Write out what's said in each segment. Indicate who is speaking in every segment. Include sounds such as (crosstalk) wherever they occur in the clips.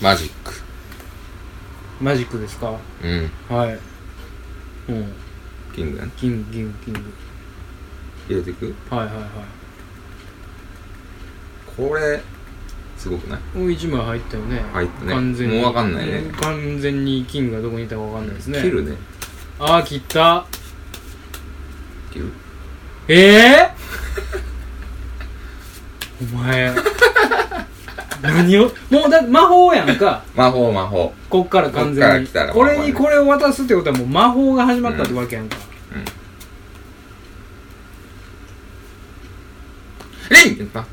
Speaker 1: マジック
Speaker 2: マジックですか
Speaker 1: うん
Speaker 2: はいうん
Speaker 1: キングやな
Speaker 2: キングキングキング
Speaker 1: 入れていく
Speaker 2: はいはいは
Speaker 1: これすごくない
Speaker 2: いもう一枚入ったよね
Speaker 1: 入ったね
Speaker 2: 完全に
Speaker 1: もうわかんないね
Speaker 2: 完全にキングがどこにいたかわかんないですね
Speaker 1: 切るね
Speaker 2: ああ切った
Speaker 1: 切る
Speaker 2: ええ (laughs) お前何をもうだって魔法やんか
Speaker 1: 魔法魔法
Speaker 2: こっから
Speaker 1: こっか
Speaker 2: 完全
Speaker 1: ら
Speaker 2: に
Speaker 1: 来たら
Speaker 2: これ
Speaker 1: 魔法
Speaker 2: に
Speaker 1: や
Speaker 2: これを渡すってことはもう魔法が始まったってわけやんか、
Speaker 1: リンやった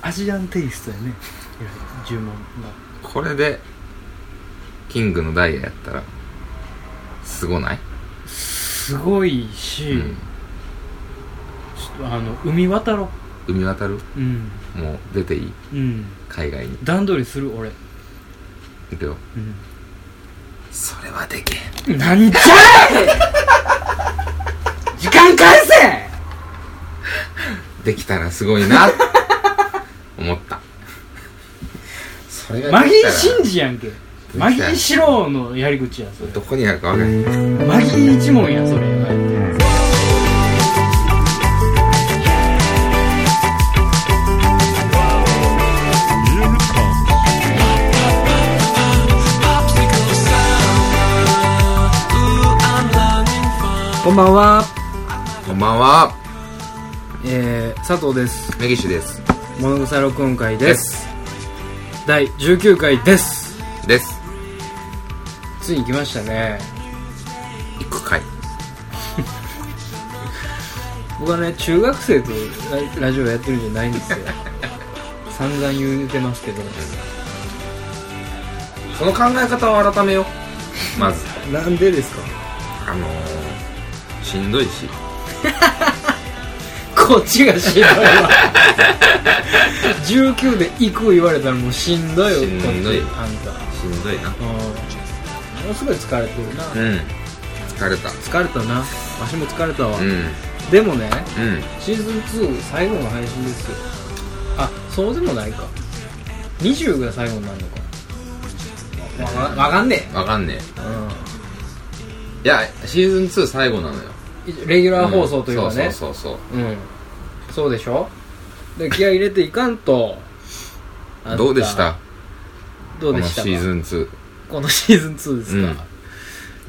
Speaker 2: アジアンテイストやね10万
Speaker 1: これでキングのダイヤやったらすごない、
Speaker 2: すごいし、
Speaker 1: うん、
Speaker 2: ちょっとあの海渡ろ
Speaker 1: 海渡る
Speaker 2: ううん
Speaker 1: もう出ていい
Speaker 2: うん
Speaker 1: 海外に
Speaker 2: 段取りする俺、
Speaker 1: 行くよ
Speaker 2: う
Speaker 1: それはでけえ
Speaker 2: ん、なんじゃい時間返せ
Speaker 1: できたらすごい
Speaker 2: (laughs)
Speaker 1: な思ったそれ
Speaker 2: マ
Speaker 1: が
Speaker 2: ギ
Speaker 1: で
Speaker 2: ー
Speaker 1: きたら
Speaker 2: 真司やんけ
Speaker 1: た
Speaker 2: マギー四郎のやり口やそれ
Speaker 1: どこにあるかわかんない
Speaker 2: マギー一門やそれこんばんは、
Speaker 1: こんばんは
Speaker 2: えー、佐藤です
Speaker 1: 根岸です
Speaker 2: 物草録音会です第19回です
Speaker 1: です
Speaker 2: ついに来ましたね
Speaker 1: 行くかい
Speaker 2: 僕はね中学生とララジオやってるんじゃないんですよ散々言うてますけど
Speaker 1: その考え方を改めようまず
Speaker 2: なんでですか
Speaker 1: あのー、しんどいし
Speaker 2: こっちがしんどいわ19で行く言われたらもうしんどいよ
Speaker 1: しんどい
Speaker 2: こっちあんた
Speaker 1: しんどいな
Speaker 2: うんものすごい疲れてるな、
Speaker 1: うん疲れた
Speaker 2: 疲れたなわしも疲れたわ、
Speaker 1: うん
Speaker 2: でもね
Speaker 1: うん
Speaker 2: シーズン2最後の配信ですよあそうでもないか20が最後になるのかわかわかんね
Speaker 1: わかんねえ
Speaker 2: え、
Speaker 1: いやシーズン2最後なのよ
Speaker 2: うん、レギュラー放送というかね、
Speaker 1: んそうそうそう
Speaker 2: うんそうでしょで気合い入れていかんと
Speaker 1: そ
Speaker 2: あんた
Speaker 1: うどうでした
Speaker 2: どうでした
Speaker 1: こ
Speaker 2: か
Speaker 1: のシーズン2
Speaker 2: このシーズン2ですか、
Speaker 1: うん
Speaker 2: い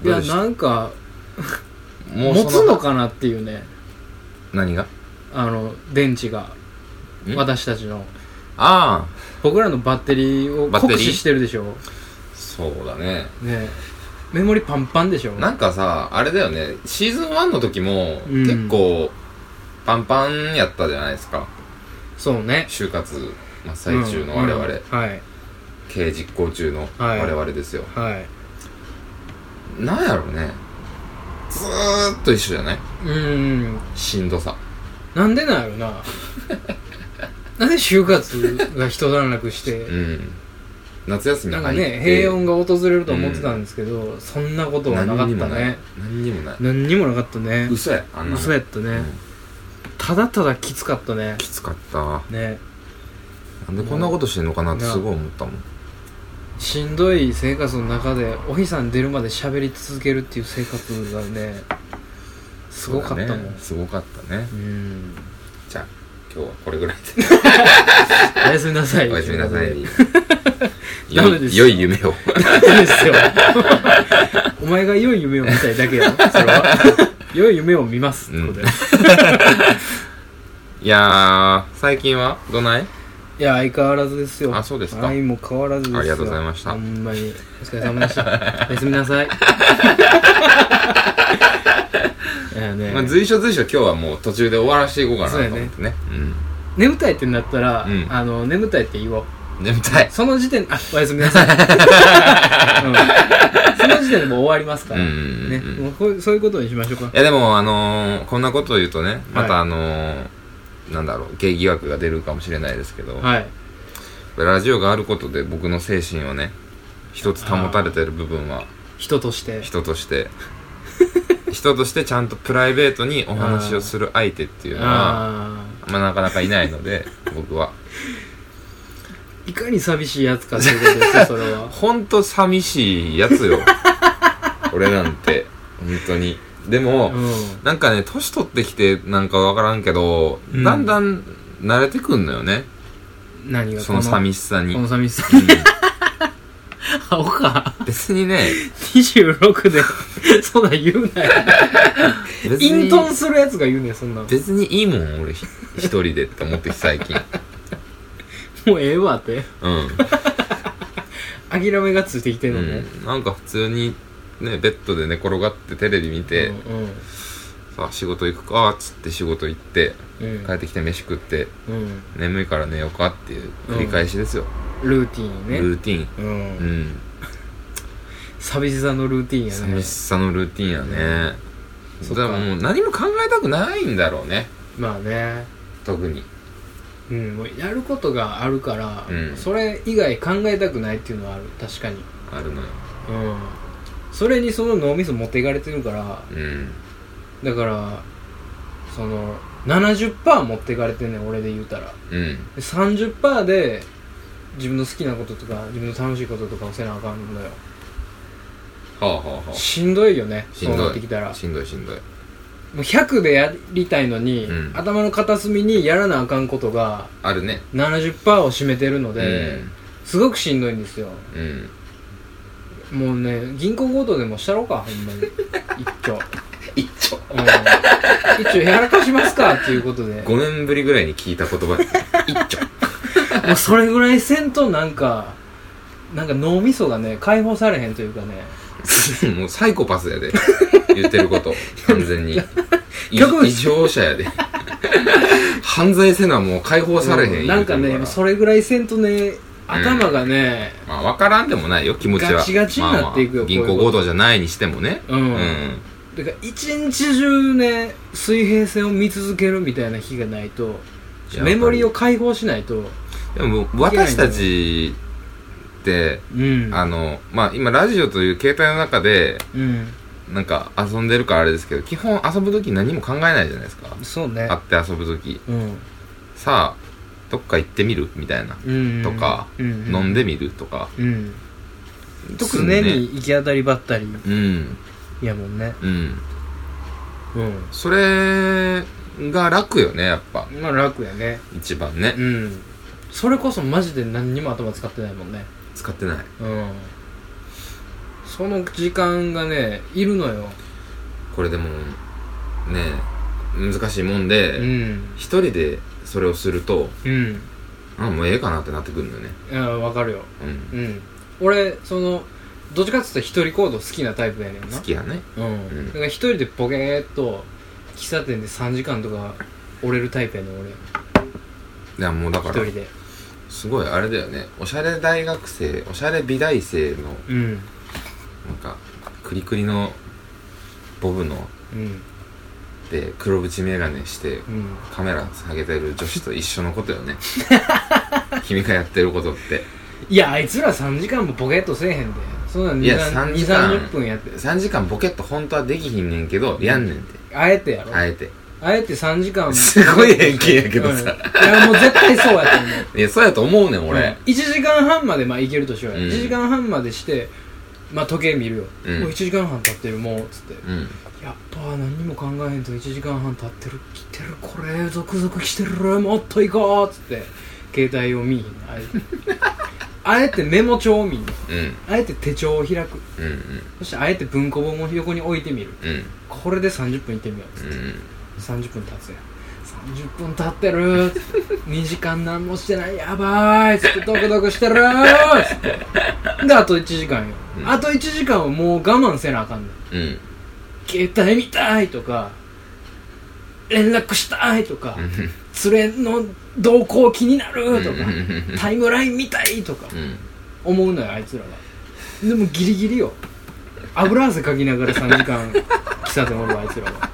Speaker 1: どう
Speaker 2: や
Speaker 1: でした
Speaker 2: なんか
Speaker 1: も
Speaker 2: 持
Speaker 1: そ
Speaker 2: つのかなっていうね
Speaker 1: 何が
Speaker 2: あの電池が
Speaker 1: ん
Speaker 2: 私たちの
Speaker 1: あ
Speaker 2: 僕らのバッテリーを
Speaker 1: バッテリー
Speaker 2: 酷使してるでしょね
Speaker 1: あそうだね
Speaker 2: えメモリパンパンでしょ
Speaker 1: なんかさあれだよねシーズン1の時も
Speaker 2: うん
Speaker 1: 結構パンパンやったじゃないですか
Speaker 2: そうね
Speaker 1: 就活真っ最中の我々、
Speaker 2: うんうんはい
Speaker 1: 経営実行中の
Speaker 2: はい
Speaker 1: 我々ですよ、
Speaker 2: はい
Speaker 1: なんやろうねずーっと一緒じゃないう
Speaker 2: ーん
Speaker 1: しんどさ
Speaker 2: なんでなんやろな (laughs) なんで就活が一段落して
Speaker 1: うん夏休み
Speaker 2: なん
Speaker 1: に
Speaker 2: か
Speaker 1: 入って
Speaker 2: ね、平穏が訪れると思ってたんですけど、そんなことはなか
Speaker 1: 何
Speaker 2: っ
Speaker 1: に
Speaker 2: た
Speaker 1: もない
Speaker 2: ね。
Speaker 1: 何にもない
Speaker 2: 何にもなかったね。
Speaker 1: 嘘やあんなの
Speaker 2: 嘘やったね、
Speaker 1: うん
Speaker 2: ただただきつかったね。
Speaker 1: きつかった
Speaker 2: ね。
Speaker 1: なんでこんなことしてんのかなってすごい思ったもん
Speaker 2: しんどい生活の中で、お日さん出るまで喋り続けるっていう生活がね、すごかった
Speaker 1: そ
Speaker 2: もん。
Speaker 1: うだねすごかったね
Speaker 2: うん。
Speaker 1: じゃあ今日はこれぐらい
Speaker 2: (laughs) おやすみなさい。
Speaker 1: でおやすみな
Speaker 2: (laughs)
Speaker 1: さい
Speaker 2: とうこダメ
Speaker 1: 良
Speaker 2: で
Speaker 1: い
Speaker 2: す
Speaker 1: 良い夢を
Speaker 2: とで。ですよ。お前が良い夢を見たいだけよ。それは。良い夢を見ます。ってことで
Speaker 1: いやー最近はどない
Speaker 2: いや、相変わらずですよ。
Speaker 1: あそうですか
Speaker 2: はい、もう変わらずですよ。
Speaker 1: ありがとうございました
Speaker 2: ほんまに。お疲れ様
Speaker 1: (laughs)
Speaker 2: でした。おやすみなさい。いやね、
Speaker 1: まあ、随所随所今日はもう途中で終わらしていこうかなと思ってね
Speaker 2: 眠たいってなったら、
Speaker 1: うん
Speaker 2: あの、眠たいって言お
Speaker 1: う
Speaker 2: う。
Speaker 1: ん眠たい
Speaker 2: その時点、あ、おやすみ
Speaker 1: (laughs)
Speaker 2: なさい。うんその時点でもう終わりますから。
Speaker 1: うんうんうん
Speaker 2: ね。もうこうそういうことにしましょうか
Speaker 1: い。やでもあのーこんなことを言うとねま
Speaker 2: は
Speaker 1: た
Speaker 2: い
Speaker 1: あのーなんだろう芸疑惑が出るかもしれないですけど、
Speaker 2: はい。
Speaker 1: ラジオがあることで僕の精神をね一つ保たれてる部分は
Speaker 2: 人として。
Speaker 1: 人として (laughs) 人としてちゃんとプライベートにお話をする相手っていうのは
Speaker 2: あ
Speaker 1: (laughs) まあ、なかなかいないので僕は
Speaker 2: あ。いかに寂しいやつかっていうこと
Speaker 1: (laughs)
Speaker 2: ですよそれは
Speaker 1: ほんと寂しいや
Speaker 2: (laughs)
Speaker 1: つよ俺なんて本当にでも、
Speaker 2: うん
Speaker 1: なんかね年取ってきてなんかわからんけど、
Speaker 2: うん
Speaker 1: だんだん慣れてくんのよね
Speaker 2: 何が
Speaker 1: その寂
Speaker 2: し
Speaker 1: しさに、
Speaker 2: こ
Speaker 1: う
Speaker 2: の
Speaker 1: ん
Speaker 2: 寂しさ青か
Speaker 1: 別にね
Speaker 2: 26で (laughs) そんなん言うなよ
Speaker 1: 別
Speaker 2: 隠
Speaker 1: に
Speaker 2: 遁するやつが言うねんそんなん
Speaker 1: 別にいいもん俺ひ一人でって思ってきて最近
Speaker 2: もうええわって
Speaker 1: うん
Speaker 2: 諦めがついてきてんのね、
Speaker 1: うん、なんか普通にねベッドで寝転がってテレビ見て、
Speaker 2: うん
Speaker 1: さあ仕事行くかっつって仕事行って
Speaker 2: うん
Speaker 1: 帰ってきて飯食って
Speaker 2: うん
Speaker 1: 眠いから寝ようかっていう繰り返しですよ、
Speaker 2: ルーティーンね
Speaker 1: ルーティン
Speaker 2: うん
Speaker 1: うん
Speaker 2: 寂しさのルーティーンやね
Speaker 1: 寂しさのルーティンやね、
Speaker 2: そっか
Speaker 1: だからもう何も考えたくないんだろうね
Speaker 2: まあね
Speaker 1: 特に
Speaker 2: うん、もうやることがあるから、
Speaker 1: うん
Speaker 2: それ以外考えたくないっていうのはある確かに
Speaker 1: あるのよ
Speaker 2: うんそれにその脳みそ持っていかれてるから
Speaker 1: うん
Speaker 2: だからその70%持っていかれてんねん俺で言うたら
Speaker 1: うん
Speaker 2: で30%で自分の好きなこととか自分の楽しいこととかをせなあかんのよ
Speaker 1: はあはあはあ
Speaker 2: しんどいよね
Speaker 1: しんどい
Speaker 2: そうなってきたらも
Speaker 1: しんどいしんどいう
Speaker 2: 100でやりたいのに、
Speaker 1: うん
Speaker 2: 頭の片隅にやらなあかんことが
Speaker 1: あるね
Speaker 2: 70%を占めてるので、すごくしんどいんですよ
Speaker 1: うんうん
Speaker 2: もうね銀行強盗でもしたろかほんまに一丁
Speaker 1: (laughs) 一丁
Speaker 2: うん一丁やらかしますかっていうことでも
Speaker 1: 5年ぶりぐらいに聞いた言
Speaker 2: (laughs)
Speaker 1: 葉一丁
Speaker 2: うそれぐらいせんとなんかなんか脳みそがね解放されへんというかね
Speaker 1: (laughs) もうサイコパスやで言ってること完全
Speaker 2: (laughs)
Speaker 1: にい
Speaker 2: 逆に
Speaker 1: 異常者
Speaker 2: (laughs)
Speaker 1: やで犯罪せなもう解放されへん、
Speaker 2: うん
Speaker 1: 言
Speaker 2: な
Speaker 1: うんて
Speaker 2: か
Speaker 1: るら
Speaker 2: ねそれぐらいせんとね頭がね、
Speaker 1: まあ分からんでもないよ気持ちは
Speaker 2: ガチガチになっていくよ
Speaker 1: まあまあ銀
Speaker 2: こうい
Speaker 1: 行
Speaker 2: うこと
Speaker 1: 強盗じゃないにしてもね
Speaker 2: うんだから一日中ね水平線を見続けるみたいな日がないと
Speaker 1: いや
Speaker 2: メモリを解放しないと
Speaker 1: でも私たちって
Speaker 2: うん
Speaker 1: あのまあ今ラジオという携帯の中で
Speaker 2: うん
Speaker 1: なんか遊んでるからあれですけど基本遊ぶ時何も考えないじゃないですか
Speaker 2: そうね
Speaker 1: 会って遊ぶ時
Speaker 2: うん
Speaker 1: さあどっか行ってみるみたいな
Speaker 2: うん
Speaker 1: とか、
Speaker 2: うんうん、
Speaker 1: 飲んでみるとか
Speaker 2: うん
Speaker 1: 特
Speaker 2: 常に行き当たりばったり
Speaker 1: うん
Speaker 2: やもんね
Speaker 1: うん
Speaker 2: うん
Speaker 1: それが楽よねやっぱ
Speaker 2: まあ楽やね
Speaker 1: 一番ね
Speaker 2: うんそれこそマジで何にも頭使ってないもんね
Speaker 1: 使ってない
Speaker 2: うんその時間がねいるのよ
Speaker 1: これでもね難しいもん
Speaker 2: う
Speaker 1: で、
Speaker 2: ん
Speaker 1: 一人でそれをすると
Speaker 2: うん
Speaker 1: あもうええかなってなってくるのよね
Speaker 2: いやわかるよ
Speaker 1: うん
Speaker 2: うん俺そのどっちかっつったら一人行動好きなタイプやねんな
Speaker 1: 好きやね
Speaker 2: うん、
Speaker 1: うん
Speaker 2: だから一人でポケーっと喫茶店で3時間とか折れるタイプやねん俺
Speaker 1: いやもうだ
Speaker 2: 一
Speaker 1: から
Speaker 2: 人です
Speaker 1: ごいあれだよねおしゃれ大学生おしゃれ美大生の
Speaker 2: うん
Speaker 1: なんかクリクリのボブの
Speaker 2: うん
Speaker 1: で黒縁眼鏡して
Speaker 2: うん
Speaker 1: カメラ下げてる女子と一緒のことよ (laughs) ね君がやってることって
Speaker 2: いやあいつら3時間もポケットせえへんでそんなん
Speaker 1: いや3
Speaker 2: 2
Speaker 1: 時間
Speaker 2: 三3 0分やって
Speaker 1: 3時間ボケット本当はできひんねんけどやんねんて
Speaker 2: あえてやろ、
Speaker 1: あえて
Speaker 2: あえて3時間
Speaker 1: すごい偏見やけどさ
Speaker 2: うんいやもう絶対そうやと思う
Speaker 1: いやそうやと思うねん俺、
Speaker 2: 1時間半までまあいけるとしようよ、
Speaker 1: うん
Speaker 2: 1時間半までしてまあ時計見るよ、
Speaker 1: うん
Speaker 2: もう1時間半経ってるもうつって
Speaker 1: うん
Speaker 2: やっぱ何にも考えへんと1時間半経ってる来てるこれ続々来てるもっと行こうっつって携帯を見いひんあえてあえてメモ帳を見ん
Speaker 1: うん
Speaker 2: あえて手帳を開く
Speaker 1: うん
Speaker 2: そしてあえて文庫本を横に置いてみる
Speaker 1: うんうん
Speaker 2: これで30分行ってみようっつ
Speaker 1: う
Speaker 2: っ
Speaker 1: ん
Speaker 2: て30分経つやん30分経ってるっつって2時間何もしてないやばーいっつってドクドクしてるっつってであと1時間よ、
Speaker 1: うん
Speaker 2: あと1時間はもう我慢せなあかんねん
Speaker 1: うん
Speaker 2: 携帯見たいとか連絡したいとか、連れの動向気になるとか、
Speaker 1: うん
Speaker 2: タイムライン見たいとか
Speaker 1: うん
Speaker 2: 思うのよあいつらがでもギリギリよ油汗かきながら3時間喫茶店おるわあいつらは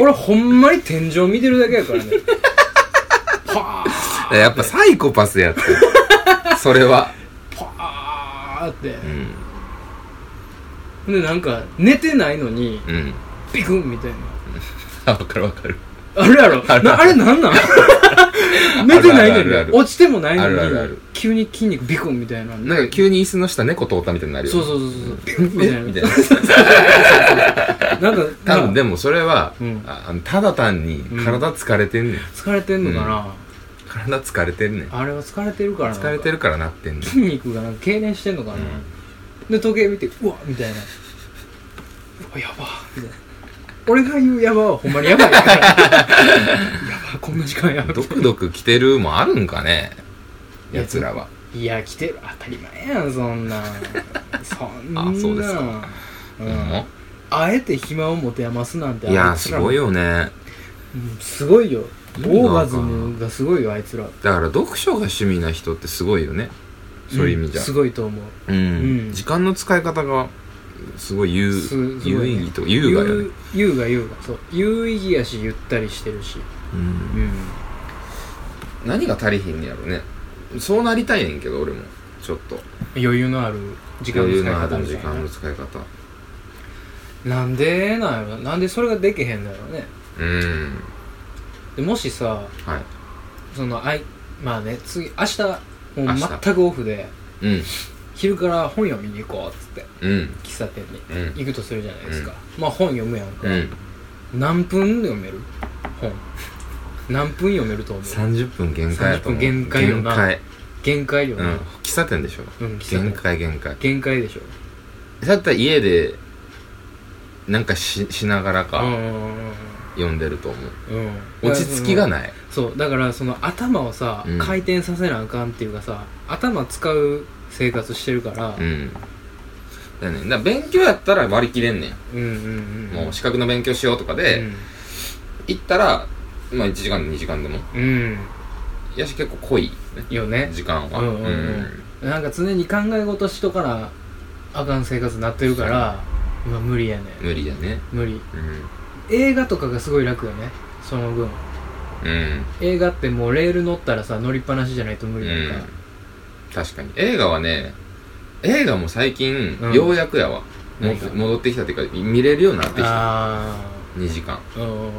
Speaker 2: 俺ほんまに天井見てるだけやからねパー
Speaker 1: やっぱサイコパスやって
Speaker 2: (laughs)
Speaker 1: それは
Speaker 2: パーって
Speaker 1: うん
Speaker 2: でなんか寝てないのに
Speaker 1: うん
Speaker 2: ビクンみたいな
Speaker 1: あ分かる分かる (laughs)
Speaker 2: あれやろなあれなんなん寝てないね
Speaker 1: あるあるあ
Speaker 2: ん
Speaker 1: る
Speaker 2: ね落ちてもないのに
Speaker 1: あるあるある
Speaker 2: 急に筋肉ビクンみたいな
Speaker 1: なんか急に椅子の下猫通ったみたいになるよ
Speaker 2: そう
Speaker 1: ね
Speaker 2: そうそうそうビクンみたいな
Speaker 1: えみたいな
Speaker 2: なんか
Speaker 1: 多分で
Speaker 2: も
Speaker 1: もそれは、
Speaker 2: うん
Speaker 1: ああのただ単に体疲れてんねん、
Speaker 2: 疲れてんのかな、
Speaker 1: 体疲れてんねん
Speaker 2: あれは疲れてるからな
Speaker 1: 疲れてるからなってんねん
Speaker 2: 筋肉がなんか痙攣してんのかな、で時計見てうわみたいなうわやばみたいな俺が言うやばはほんまにやば
Speaker 1: (laughs)
Speaker 2: いからやばこんな時間やば
Speaker 1: ドクドク来てるもあるんかね
Speaker 2: いや
Speaker 1: やつらはい
Speaker 2: や来てる当たり前やんそんなんそんな
Speaker 1: あそうですか
Speaker 2: う
Speaker 1: ほんま
Speaker 2: ん、あえて暇を持て余すなんて
Speaker 1: いや
Speaker 2: あつ
Speaker 1: す
Speaker 2: ら
Speaker 1: ごいよね
Speaker 2: うんすごいよ
Speaker 1: 意
Speaker 2: オ
Speaker 1: 味がわ
Speaker 2: ー
Speaker 1: かんない
Speaker 2: ガズムがすごいよあいつら
Speaker 1: だから読書が趣味な人ってすごいよねそういう意味じゃ
Speaker 2: んすごいと思う
Speaker 1: うん、
Speaker 2: うん
Speaker 1: 時間の使い方がすごい有
Speaker 2: すすご
Speaker 1: 有
Speaker 2: い
Speaker 1: 意
Speaker 2: ね
Speaker 1: 義と優雅よね、
Speaker 2: 優雅優雅そう有意義やしゆったりしてるし
Speaker 1: う、
Speaker 2: うんん
Speaker 1: 何が足りひんねやろねそうなりたいねんけど俺もちょっと
Speaker 2: 余裕のある時間の
Speaker 1: 余
Speaker 2: 使
Speaker 1: 裕
Speaker 2: い
Speaker 1: のあ
Speaker 2: 方
Speaker 1: る
Speaker 2: みた
Speaker 1: 時
Speaker 2: いな
Speaker 1: 間の使い方
Speaker 2: なんでなんやろなんでそれができへんだろうね
Speaker 1: うん
Speaker 2: でもしさ
Speaker 1: はい
Speaker 2: そのあいまあね次明日も
Speaker 1: 明
Speaker 2: う
Speaker 1: 日
Speaker 2: 全くオフで
Speaker 1: うん
Speaker 2: 昼から本読みに行こうっつって
Speaker 1: うん
Speaker 2: 喫茶店に
Speaker 1: うん
Speaker 2: 行くとするじゃないですか、まあ本読むやんか、
Speaker 1: うん
Speaker 2: 何分読める本何分読めると思う
Speaker 1: 30分限界やと思う
Speaker 2: 30分限界よな
Speaker 1: 限界
Speaker 2: 限界よ
Speaker 1: う
Speaker 2: な、
Speaker 1: ん喫茶店でしょ
Speaker 2: うん喫茶店
Speaker 1: 限界限界
Speaker 2: 限界でしょ
Speaker 1: だったら家でなんかししながら
Speaker 2: うん
Speaker 1: か読んでると思
Speaker 2: うんうん
Speaker 1: う落ち着きが
Speaker 2: ない
Speaker 1: ない
Speaker 2: そうだからその頭をさ、
Speaker 1: うん
Speaker 2: 回転させなあかんっていうかさ頭使う生活してるから、
Speaker 1: うんだよねだから勉強やったら割り切れんねん
Speaker 2: うん、うんうんうん
Speaker 1: もう資格の勉強しようとかで、行ったらまあ1時間で2時間でも
Speaker 2: うん、うん、
Speaker 1: やし結構濃い
Speaker 2: よ
Speaker 1: ね
Speaker 2: ね
Speaker 1: 時間は
Speaker 2: うんうんうんなんか常に考え事しとかなあかん生活になってるから今無理やね
Speaker 1: 無理だね
Speaker 2: 無理
Speaker 1: うん
Speaker 2: 映画とかがすごい楽よねその分
Speaker 1: うん、
Speaker 2: 映画ってもうレール乗ったらさ乗りっぱなしじゃないと無
Speaker 1: う
Speaker 2: 理
Speaker 1: ん
Speaker 2: やんか、、
Speaker 1: 確かに映画はね映画も最近、
Speaker 2: うん
Speaker 1: ようやくやわも
Speaker 2: 何が
Speaker 1: 戻ってきたっていうか見れるようになってきた
Speaker 2: あ
Speaker 1: 2時間
Speaker 2: あうんうん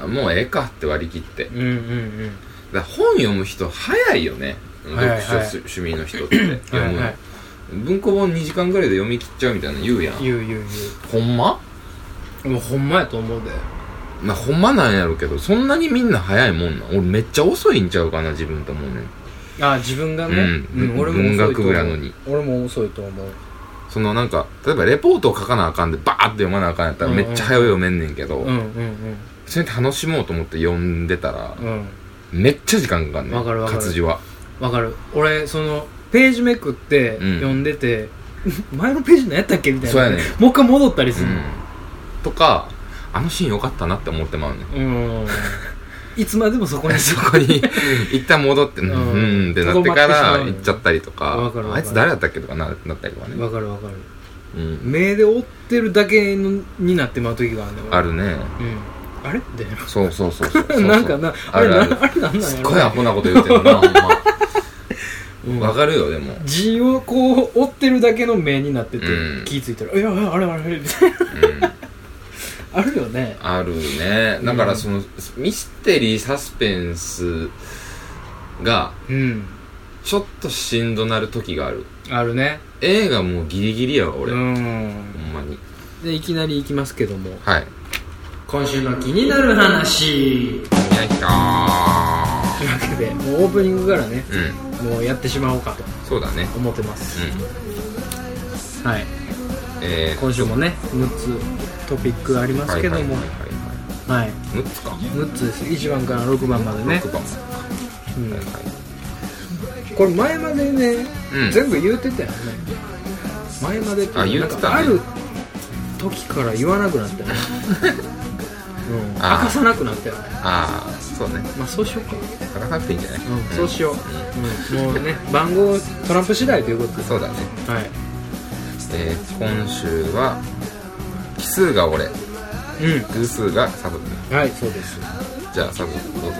Speaker 1: あもうええかって割り切って
Speaker 2: うんうん
Speaker 1: だから本読む人早いよね
Speaker 2: はいはい
Speaker 1: 読書す趣味の人って
Speaker 2: うん
Speaker 1: 読
Speaker 2: はい
Speaker 1: む
Speaker 2: はい
Speaker 1: 文庫本2時間ぐらいで読み切っちゃうみたいなの言うやん
Speaker 2: 言う言う
Speaker 1: ほんま
Speaker 2: 言うもうほんまやと思うで
Speaker 1: まあ、ほんまなんやろうけどそんなにみんな早いもんなん俺めっちゃ遅いんちゃうかな自分と思うねん
Speaker 2: ああ自分がね、
Speaker 1: うん文
Speaker 2: 遅いと
Speaker 1: 学
Speaker 2: 思う
Speaker 1: 部やのに
Speaker 2: 俺も遅いと思う
Speaker 1: そのなんか例えばレポートを書かなあかんでバーって読まなあかんやったら
Speaker 2: うんう
Speaker 1: め
Speaker 2: ん
Speaker 1: っちゃ早う読めんねんけど、
Speaker 2: うんうん
Speaker 1: それ楽しもうと思って読んでたら
Speaker 2: うんうん
Speaker 1: めっちゃ時間かかんねん
Speaker 2: わかるわかる
Speaker 1: 活字は
Speaker 2: わかる俺そのページめくって
Speaker 1: うん
Speaker 2: 読んでて、 (laughs) 前のページ何やったっけみたいな
Speaker 1: そうやねん
Speaker 2: もう一回戻ったり
Speaker 1: う
Speaker 2: する
Speaker 1: んとかあのシーン良かったなって思ってまうねん (laughs)
Speaker 2: うん、いつまでもそこに
Speaker 1: そこ
Speaker 2: (laughs)
Speaker 1: に一旦戻って、うん、
Speaker 2: うん
Speaker 1: うんってなってか
Speaker 2: とどま
Speaker 1: ら
Speaker 2: ってしまうよね
Speaker 1: 行っちゃったりとか
Speaker 2: わかるわ
Speaker 1: あ
Speaker 2: か
Speaker 1: い
Speaker 2: る
Speaker 1: つ誰だったっけとかななったりとかね、
Speaker 2: わかるわかる
Speaker 1: うん、
Speaker 2: 目で追ってるだけのになってまう時があるんだよ
Speaker 1: あ、るね
Speaker 2: 俺うん、あれみたいな
Speaker 1: そうそうそうそうそう
Speaker 2: (laughs) なんかな
Speaker 1: あ
Speaker 2: あれ
Speaker 1: る
Speaker 2: な
Speaker 1: あ
Speaker 2: あ
Speaker 1: る
Speaker 2: れなんなん
Speaker 1: すっ
Speaker 2: や
Speaker 1: ごい
Speaker 2: ろ
Speaker 1: アホなこと言うてるなほんま
Speaker 2: うん
Speaker 1: わかるよでも
Speaker 2: 字をこう追ってるだけの目になってて、
Speaker 1: うん
Speaker 2: 気付いたら「いやいやあれあれあれ」みたい
Speaker 1: う
Speaker 2: な
Speaker 1: ん
Speaker 2: あるよね
Speaker 1: あるねだからその、ミステリーサスペンスが
Speaker 2: うん
Speaker 1: ちょっとしんどなる時がある
Speaker 2: あるね
Speaker 1: 映画もうギリギリやわ俺、
Speaker 2: う
Speaker 1: ほ
Speaker 2: ん
Speaker 1: んまに
Speaker 2: でいきなりいきますけども
Speaker 1: はい
Speaker 2: 今週の気になる話
Speaker 1: よいしょー
Speaker 2: というわけでもうオープニングからね
Speaker 1: うん
Speaker 2: もうやってしまおうかと
Speaker 1: そうだね
Speaker 2: 思ってます、
Speaker 1: う
Speaker 2: はい
Speaker 1: んえー、
Speaker 2: 今週もね6つトピックありますけ
Speaker 1: は
Speaker 2: ども
Speaker 1: いはいはいは
Speaker 2: はい
Speaker 1: い、6つか
Speaker 2: 6つです1番から6番までね
Speaker 1: 6、番、
Speaker 2: うん
Speaker 1: はいはい
Speaker 2: これ前までね、
Speaker 1: うん
Speaker 2: 全部言うてたよね前までって
Speaker 1: あ言ってたね
Speaker 2: なんかある時から言わなく
Speaker 1: (laughs)
Speaker 2: なったよね、うん、明
Speaker 1: あー
Speaker 2: かさなくなったよね
Speaker 1: ああそうね
Speaker 2: まあそうしようか、
Speaker 1: 書かなくていいんじゃない、
Speaker 2: うんそうしよう、うん、もうね番号トランプ次第ということで
Speaker 1: そうだね
Speaker 2: はい
Speaker 1: えー、今週は奇数が俺
Speaker 2: う
Speaker 1: 偶数がサブね
Speaker 2: んはいそうです
Speaker 1: じゃあサブどうぞ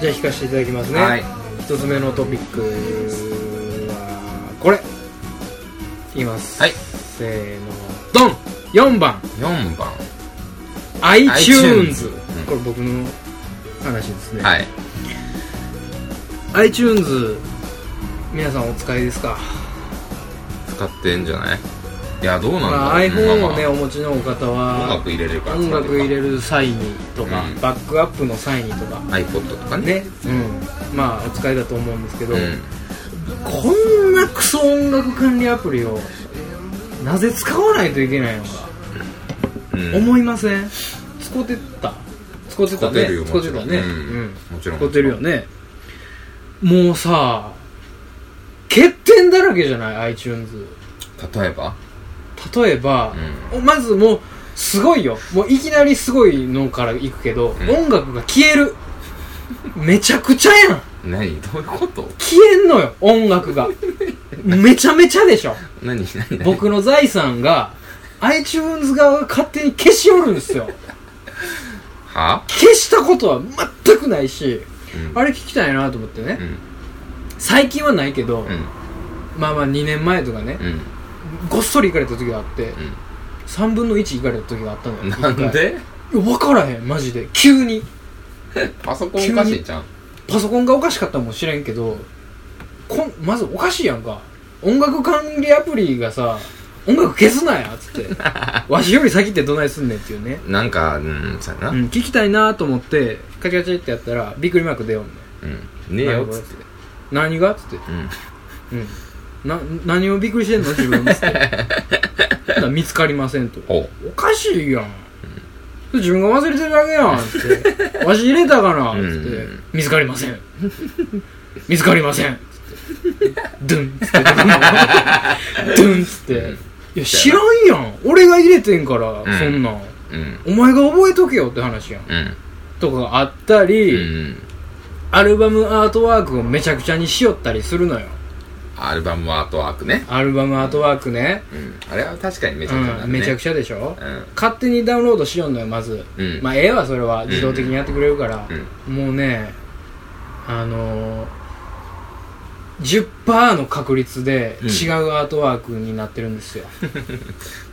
Speaker 2: じゃあ引かせていただきますね、
Speaker 1: はい
Speaker 2: 一つ目のトピックはこれ言います
Speaker 1: はい
Speaker 2: せー
Speaker 1: ド
Speaker 2: の
Speaker 1: ン
Speaker 2: 4番
Speaker 1: 4番
Speaker 2: iTunes,
Speaker 1: iTunes うん
Speaker 2: これ僕の話ですね、
Speaker 1: はい
Speaker 2: iTunes 皆さんお使いですか
Speaker 1: 使ってんじゃないいやどうなんだろう、
Speaker 2: まあ、
Speaker 1: ま
Speaker 2: iPhone
Speaker 1: あ
Speaker 2: をね、お持ちのお方
Speaker 1: まあ音
Speaker 2: は
Speaker 1: 楽入れるから
Speaker 2: 音楽入れる際にとか、
Speaker 1: うん
Speaker 2: バックアップの際にとか
Speaker 1: iPod とかね
Speaker 2: ね、うん、まあお使いだと思うんですけど、
Speaker 1: うん
Speaker 2: こんなクソ音楽管理アプリをなぜ使わないといけないのか、
Speaker 1: うん
Speaker 2: 思いません使ってた使って
Speaker 1: 使
Speaker 2: た
Speaker 1: って
Speaker 2: ね
Speaker 1: るよ
Speaker 2: 使
Speaker 1: も
Speaker 2: っ
Speaker 1: ち
Speaker 2: て
Speaker 1: ろ
Speaker 2: た
Speaker 1: ん
Speaker 2: ね、
Speaker 1: うん
Speaker 2: うん
Speaker 1: もちろん
Speaker 2: 使ってるよねもうさ欠点だらけじゃない iTunes
Speaker 1: 例えば
Speaker 2: 例えば、まずもうすごいよもういきなりすごいのからいくけど、
Speaker 1: ん
Speaker 2: 音楽が消えるめちゃくちゃやん
Speaker 1: 何 (laughs) どういうこと
Speaker 2: 消えんのよ音
Speaker 1: (laughs)
Speaker 2: 楽がめちゃめちゃでしょ
Speaker 1: 何何何
Speaker 2: 僕の財産が iTunes 側が勝手に消しおるんですよ
Speaker 1: は
Speaker 2: 消したことは全くないし、
Speaker 1: うん
Speaker 2: あれ聞きたいなと思ってね、
Speaker 1: うん
Speaker 2: 最近はないけど、
Speaker 1: うん
Speaker 2: まあまあ2年前とかね、
Speaker 1: うん
Speaker 2: ごっそり行かれた時があって、3分の1行かれた時があったのよ
Speaker 1: うんなんで
Speaker 2: 一回いや分からへんマジで急に
Speaker 1: パソコンおかしいじゃん
Speaker 2: パソコンがおかしかったかもしれんけどこんまずおかしいやんか音楽管理アプリがさ音楽消すなやっつ
Speaker 1: (laughs)
Speaker 2: ってわしより先ってどないすんねんっていうね、
Speaker 1: なんかうんそうやな
Speaker 2: う
Speaker 1: うん
Speaker 2: ん、聞きたいなと思ってカチカチってやったらびっくりマーク出よんねん
Speaker 1: ねえよっつって
Speaker 2: 何がっつって
Speaker 1: うん
Speaker 2: うんな何をびっくりしてんの自分っつってほ
Speaker 1: (laughs)
Speaker 2: んなら見つかりませんと
Speaker 1: ほう
Speaker 2: おかしいやん、自分が忘れてるだけやんってわし入れたかなって、
Speaker 1: うん
Speaker 2: 見つかりません見つかりませんドゥンっつってドゥンっつって、
Speaker 1: うん
Speaker 2: いや知らんやん俺が入れてんから、
Speaker 1: ん
Speaker 2: そんなん
Speaker 1: うん
Speaker 2: お前が覚えとけよって話やん
Speaker 1: うん
Speaker 2: とかがあったり、
Speaker 1: うん
Speaker 2: アルバムアートワークをめちゃくちゃにしよったりするのよ
Speaker 1: アルバムアートワークね
Speaker 2: アルバムアートワークね、
Speaker 1: うんあれは確かにめちゃくちゃだ
Speaker 2: う
Speaker 1: ね
Speaker 2: ん、めちゃくちゃでしょ、
Speaker 1: うん
Speaker 2: 勝手にダウンロードしよんのよまず、
Speaker 1: うん
Speaker 2: まあええわそれは自動的にやってくれるから、もうねあのー、10%の確率で
Speaker 1: うん
Speaker 2: 違うアートワークになってるんですよ、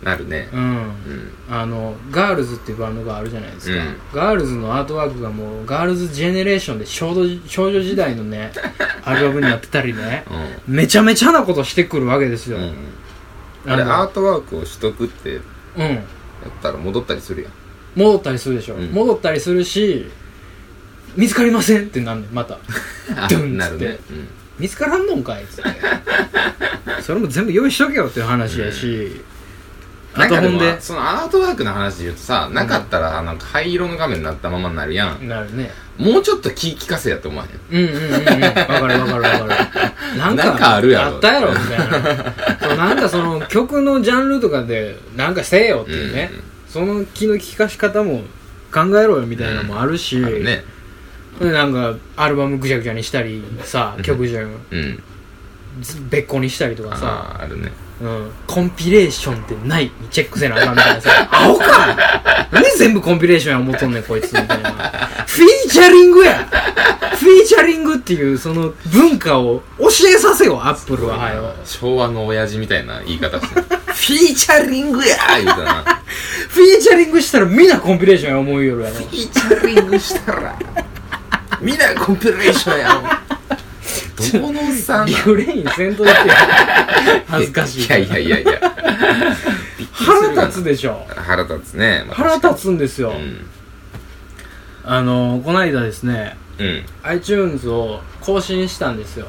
Speaker 1: なるね
Speaker 2: うん
Speaker 1: うん
Speaker 2: あのガールズっていうバンドがあるじゃないですか、
Speaker 1: うん
Speaker 2: ガールズのアートワークがもうガールズジェネレーションで少女少女時代の
Speaker 1: (laughs)
Speaker 2: ねアルバムになってたりね
Speaker 1: うん
Speaker 2: めちゃめちゃなことしてくるわけですよ、
Speaker 1: うんあれア
Speaker 2: の
Speaker 1: ートワークを取得ってや
Speaker 2: うん
Speaker 1: ったら戻ったりするやん
Speaker 2: 戻ったりするでしょ、
Speaker 1: うん
Speaker 2: 戻ったりするし見つかりませんってなんねんまた
Speaker 1: あ
Speaker 2: ドゥンっ
Speaker 1: な
Speaker 2: つって
Speaker 1: るねうん
Speaker 2: 見つからんのんかいっつってそれも全部用意しとけよっていう話やし、
Speaker 1: な
Speaker 2: あ
Speaker 1: ん
Speaker 2: と
Speaker 1: か
Speaker 2: ほ
Speaker 1: で
Speaker 2: ん
Speaker 1: も
Speaker 2: で
Speaker 1: そのアートワークの話で言うとさなかったらなんか灰色の画面になったままになるやん
Speaker 2: なるね
Speaker 1: もうちょっと気利かせやと思わへん
Speaker 2: うんうんうんうんわかるわかるわかるなんか
Speaker 1: なんかあるやろ
Speaker 2: あったやろみたいなそうなんかその曲のジャンルとかでなんかせえよっていうね、
Speaker 1: うん
Speaker 2: その気の利かし方も考えろよみたいなのもあるし、
Speaker 1: あるね
Speaker 2: でなんかアルバムぐちゃぐちゃにしたりさ曲順
Speaker 1: うん
Speaker 2: ず別個にしたりとかさ
Speaker 1: ああーあるね
Speaker 2: うん、コンピレーションってないにチェックせなあかんみたいなさ、 (laughs) アホかなんで全部コンピレーションや思っとんねんこいつみたいな。フィーチャリングやフィーチャリングっていうその文化を教えさせよ、アップルは。はよ。
Speaker 1: 昭和の親父みたいな言い方してフィーチャ (laughs) リングやー言うたな
Speaker 2: フィーチャリングしたらみんなコンピレーションや思うよるやろ。
Speaker 1: フィーチャリングしたらみんなコンピレーションや (laughs) ろどこのおっさん
Speaker 2: リ
Speaker 1: なん
Speaker 2: フレインせんといて。恥ずかしい。
Speaker 1: いやいやいやいや
Speaker 2: 腹立つでしょ。
Speaker 1: 腹立つね、まあ
Speaker 2: 腹立つんですよ。
Speaker 1: うん
Speaker 2: あの、この間ですね、
Speaker 1: うん
Speaker 2: iTunes を更新したんですよ。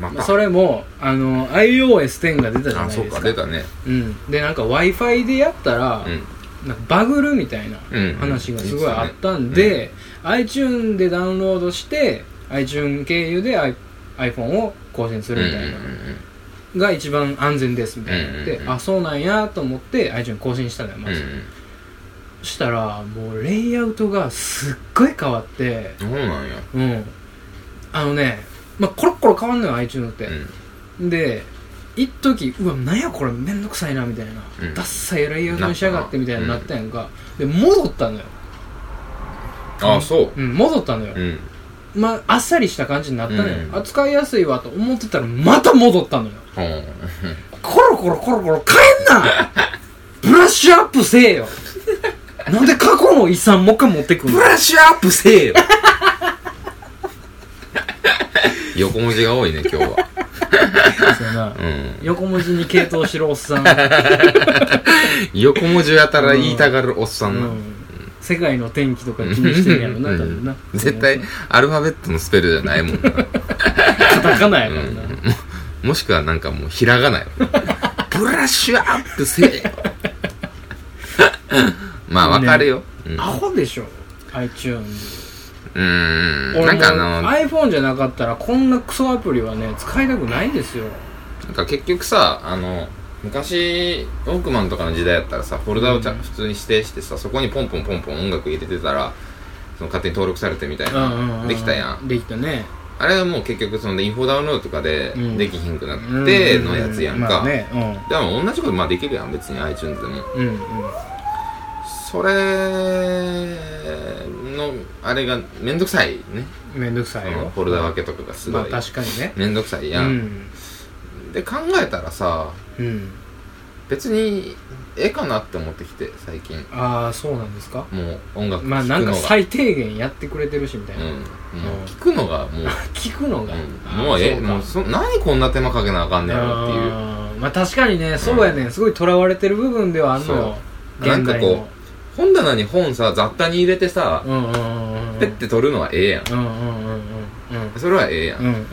Speaker 1: また
Speaker 2: まあそれも、あの、iOS10 が出たじゃ
Speaker 1: あ
Speaker 2: ない
Speaker 1: そう
Speaker 2: です
Speaker 1: か
Speaker 2: か。
Speaker 1: 出たね
Speaker 2: うん、でなんか w i f i でやったら、
Speaker 1: うん
Speaker 2: なんかバグるみたいな
Speaker 1: うん
Speaker 2: 話がすごいあったんで、iTunes でダウンロードして iTunes 経由で i- iPhone を更新す
Speaker 1: うんう
Speaker 2: る
Speaker 1: ん
Speaker 2: みたいな、が一番安全ですみたいな
Speaker 1: う
Speaker 2: って、
Speaker 1: んうんうん
Speaker 2: あそうなんやと思って iTunes 更新したのよま
Speaker 1: うん
Speaker 2: ず、そしたらもうレイアウトがすっごい変わって
Speaker 1: うんそうなんや
Speaker 2: うんあのね、まあ、コロッコロ変わんのよ iTunes って、で一時うわなんやこれめんどくさいなみたいな、
Speaker 1: うん
Speaker 2: ダッサいレイアウトにしやがってみたいに
Speaker 1: な
Speaker 2: なっ
Speaker 1: った
Speaker 2: たやんか、で戻ったのよ、
Speaker 1: あそう
Speaker 2: うん、戻ったのよ
Speaker 1: う、ん
Speaker 2: まああっさりした感じになったのよ、
Speaker 1: うん
Speaker 2: あ使いやすいわと思ってたらまた戻ったのよ
Speaker 1: ほう (laughs)
Speaker 2: コロコロコロコロ変えんなブラッシュアップせえよなんで過去の遺産もう一回持ってく
Speaker 1: (laughs)
Speaker 2: ん
Speaker 1: ブ
Speaker 2: の
Speaker 1: ラッシュアップせえよ (laughs) 横文字が多いね今日は
Speaker 2: そうやな
Speaker 1: うん
Speaker 2: 横文字に傾倒してるおっさん、
Speaker 1: 横文字やたら言いたがるおっさ
Speaker 2: うん
Speaker 1: な、
Speaker 2: ん、世界の天気とか気にしてるやろな多分な
Speaker 1: うん絶対アルファベットのスペルじゃないもんな、
Speaker 2: カタカナやから
Speaker 1: うん
Speaker 2: な、
Speaker 1: ももしくはなんかもうひらがなよブラッシュアップせえよまあわかるよ、うん
Speaker 2: アホでしょ iTunes
Speaker 1: うーん
Speaker 2: 俺
Speaker 1: なんかあの
Speaker 2: も iPhone じゃなかったらこんなクソアプリはね使いたくないんですよ
Speaker 1: なんか結局さあの昔ウォークマンとかの時代やったらさフォルダをちゃ、
Speaker 2: うん
Speaker 1: 普通に指定してさそこにポンポンポンポン音楽入れてたらその勝手に登録されてみたい
Speaker 2: うん
Speaker 1: な、
Speaker 2: うんうん
Speaker 1: できたやん
Speaker 2: できたね
Speaker 1: あれはもう結局そのインフォダウンロードとかで
Speaker 2: うん
Speaker 1: できひんくなってのやつやんか、
Speaker 2: まあね
Speaker 1: でも同じことまあできるやん別に iTunes でも
Speaker 2: うんうん
Speaker 1: それのあれがめんどくさいね
Speaker 2: うんめんどくさ
Speaker 1: そ
Speaker 2: いよ
Speaker 1: のフォルダ分けとかがすご
Speaker 2: まあ
Speaker 1: い、
Speaker 2: 確かにね
Speaker 1: めんどくさいうやん、
Speaker 2: ん
Speaker 1: で考えたらさ
Speaker 2: うん
Speaker 1: 別にええかなって思ってきて最近
Speaker 2: ああそうなんですか
Speaker 1: もう音楽聴くのが、
Speaker 2: まあなんか最低限やってくれてるしみた
Speaker 1: う
Speaker 2: い
Speaker 1: ん
Speaker 2: な、
Speaker 1: も
Speaker 2: うん
Speaker 1: う聞くのが
Speaker 2: (laughs)
Speaker 1: もう、
Speaker 2: 聞くのが、
Speaker 1: うんもうええもうそ何こんな手間かけなあかんねやろっていう
Speaker 2: うまあ確かにねそうやね、すごいとらわれてる部分ではあんのよ
Speaker 1: そう
Speaker 2: 現代
Speaker 1: な
Speaker 2: の
Speaker 1: んかこ本棚に本さ雑多に入れてさ、
Speaker 2: うんうんうんうん
Speaker 1: ペッて取るのはええやん、
Speaker 2: うんうんうんうん
Speaker 1: それはええやん、
Speaker 2: うんうんうん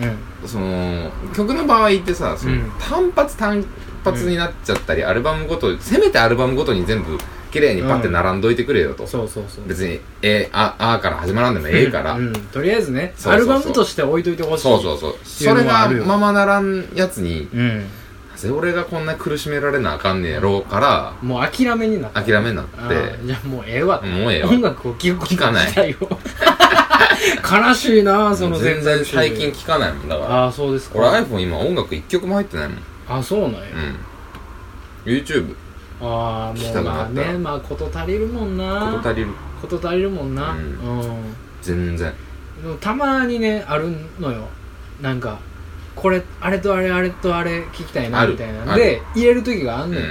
Speaker 1: その曲の場合ってさその、
Speaker 2: うん
Speaker 1: 単発単発になっちゃったり、アルバムごとせめてアルバムごとに全部綺麗にパッて並んどいてくれよと、
Speaker 2: そうそうそう
Speaker 1: 別に「えー、あ」あーから始まらんでもええから、
Speaker 2: うんうんとりあえずね
Speaker 1: そうそうそう
Speaker 2: アルバムとして置いといてほしい
Speaker 1: そうそうそう
Speaker 2: い
Speaker 1: そうれ
Speaker 2: のはあ
Speaker 1: が
Speaker 2: るよ
Speaker 1: ままならんやつに
Speaker 2: うん
Speaker 1: なぜ俺がこんな苦しめられなあかんねやろうから
Speaker 2: もう諦めになった
Speaker 1: 諦めになっ
Speaker 2: あ
Speaker 1: て
Speaker 2: ーじゃあもうええわ
Speaker 1: もうええわ
Speaker 2: 音楽を聴くこと
Speaker 1: 聞かない
Speaker 2: 自体を悲しいなその
Speaker 1: 全
Speaker 2: 全
Speaker 1: 然
Speaker 2: 然
Speaker 1: 最近聞かないもんだから
Speaker 2: ああそうですか
Speaker 1: 俺 iPhone 今音楽一曲も入ってないもん
Speaker 2: あそうなんや、
Speaker 1: うん YouTube
Speaker 2: ああも
Speaker 1: 聞き
Speaker 2: う
Speaker 1: たく
Speaker 2: ま
Speaker 1: な
Speaker 2: あ
Speaker 1: った
Speaker 2: ねまあこと足りるもんな
Speaker 1: こと足りる
Speaker 2: こと足りるもんなう、
Speaker 1: うん全然
Speaker 2: でもたまにねあるのよなんかこれあれとあれあれとあれ聞きたいな
Speaker 1: ある
Speaker 2: みたいな
Speaker 1: あ
Speaker 2: ん
Speaker 1: る
Speaker 2: で入れる時があん
Speaker 1: う
Speaker 2: ねん、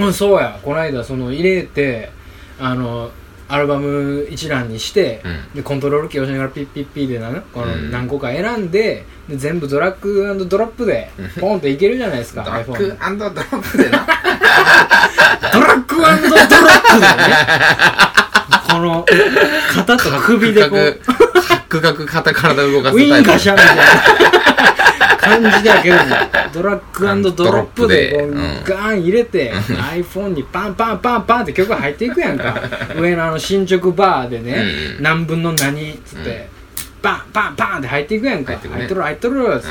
Speaker 1: ん
Speaker 2: うん、そうやこの間その入れてあのアルバム一覧にして、
Speaker 1: うん
Speaker 2: でコントロールキー押しながらピッピッピーでなこの
Speaker 1: うん
Speaker 2: 何個か選んでで全部ドラッグドロップでポンっていけるじゃないですか
Speaker 1: ドラ
Speaker 2: iPhone
Speaker 1: ッグドロップで
Speaker 2: (laughs)
Speaker 1: な
Speaker 2: ドラッグドロッ
Speaker 1: (laughs)
Speaker 2: プだよね。この、肩とか首でこう、
Speaker 1: カクカク肩体動かす
Speaker 2: ウィ
Speaker 1: タ
Speaker 2: ン
Speaker 1: イプ
Speaker 2: ガシャみたいな感じだけどね、ドラッグドロップでこう
Speaker 1: ドロップでうん
Speaker 2: ガーン入れて、iPhone にパンパンパンパンって曲が入っていくやんか。上のあの進捗バーでね
Speaker 1: う、ん
Speaker 2: 何分の何っつって、バンパンパンって入っていくやんか。
Speaker 1: 入ってくね
Speaker 2: 入っとる入っとるっつって。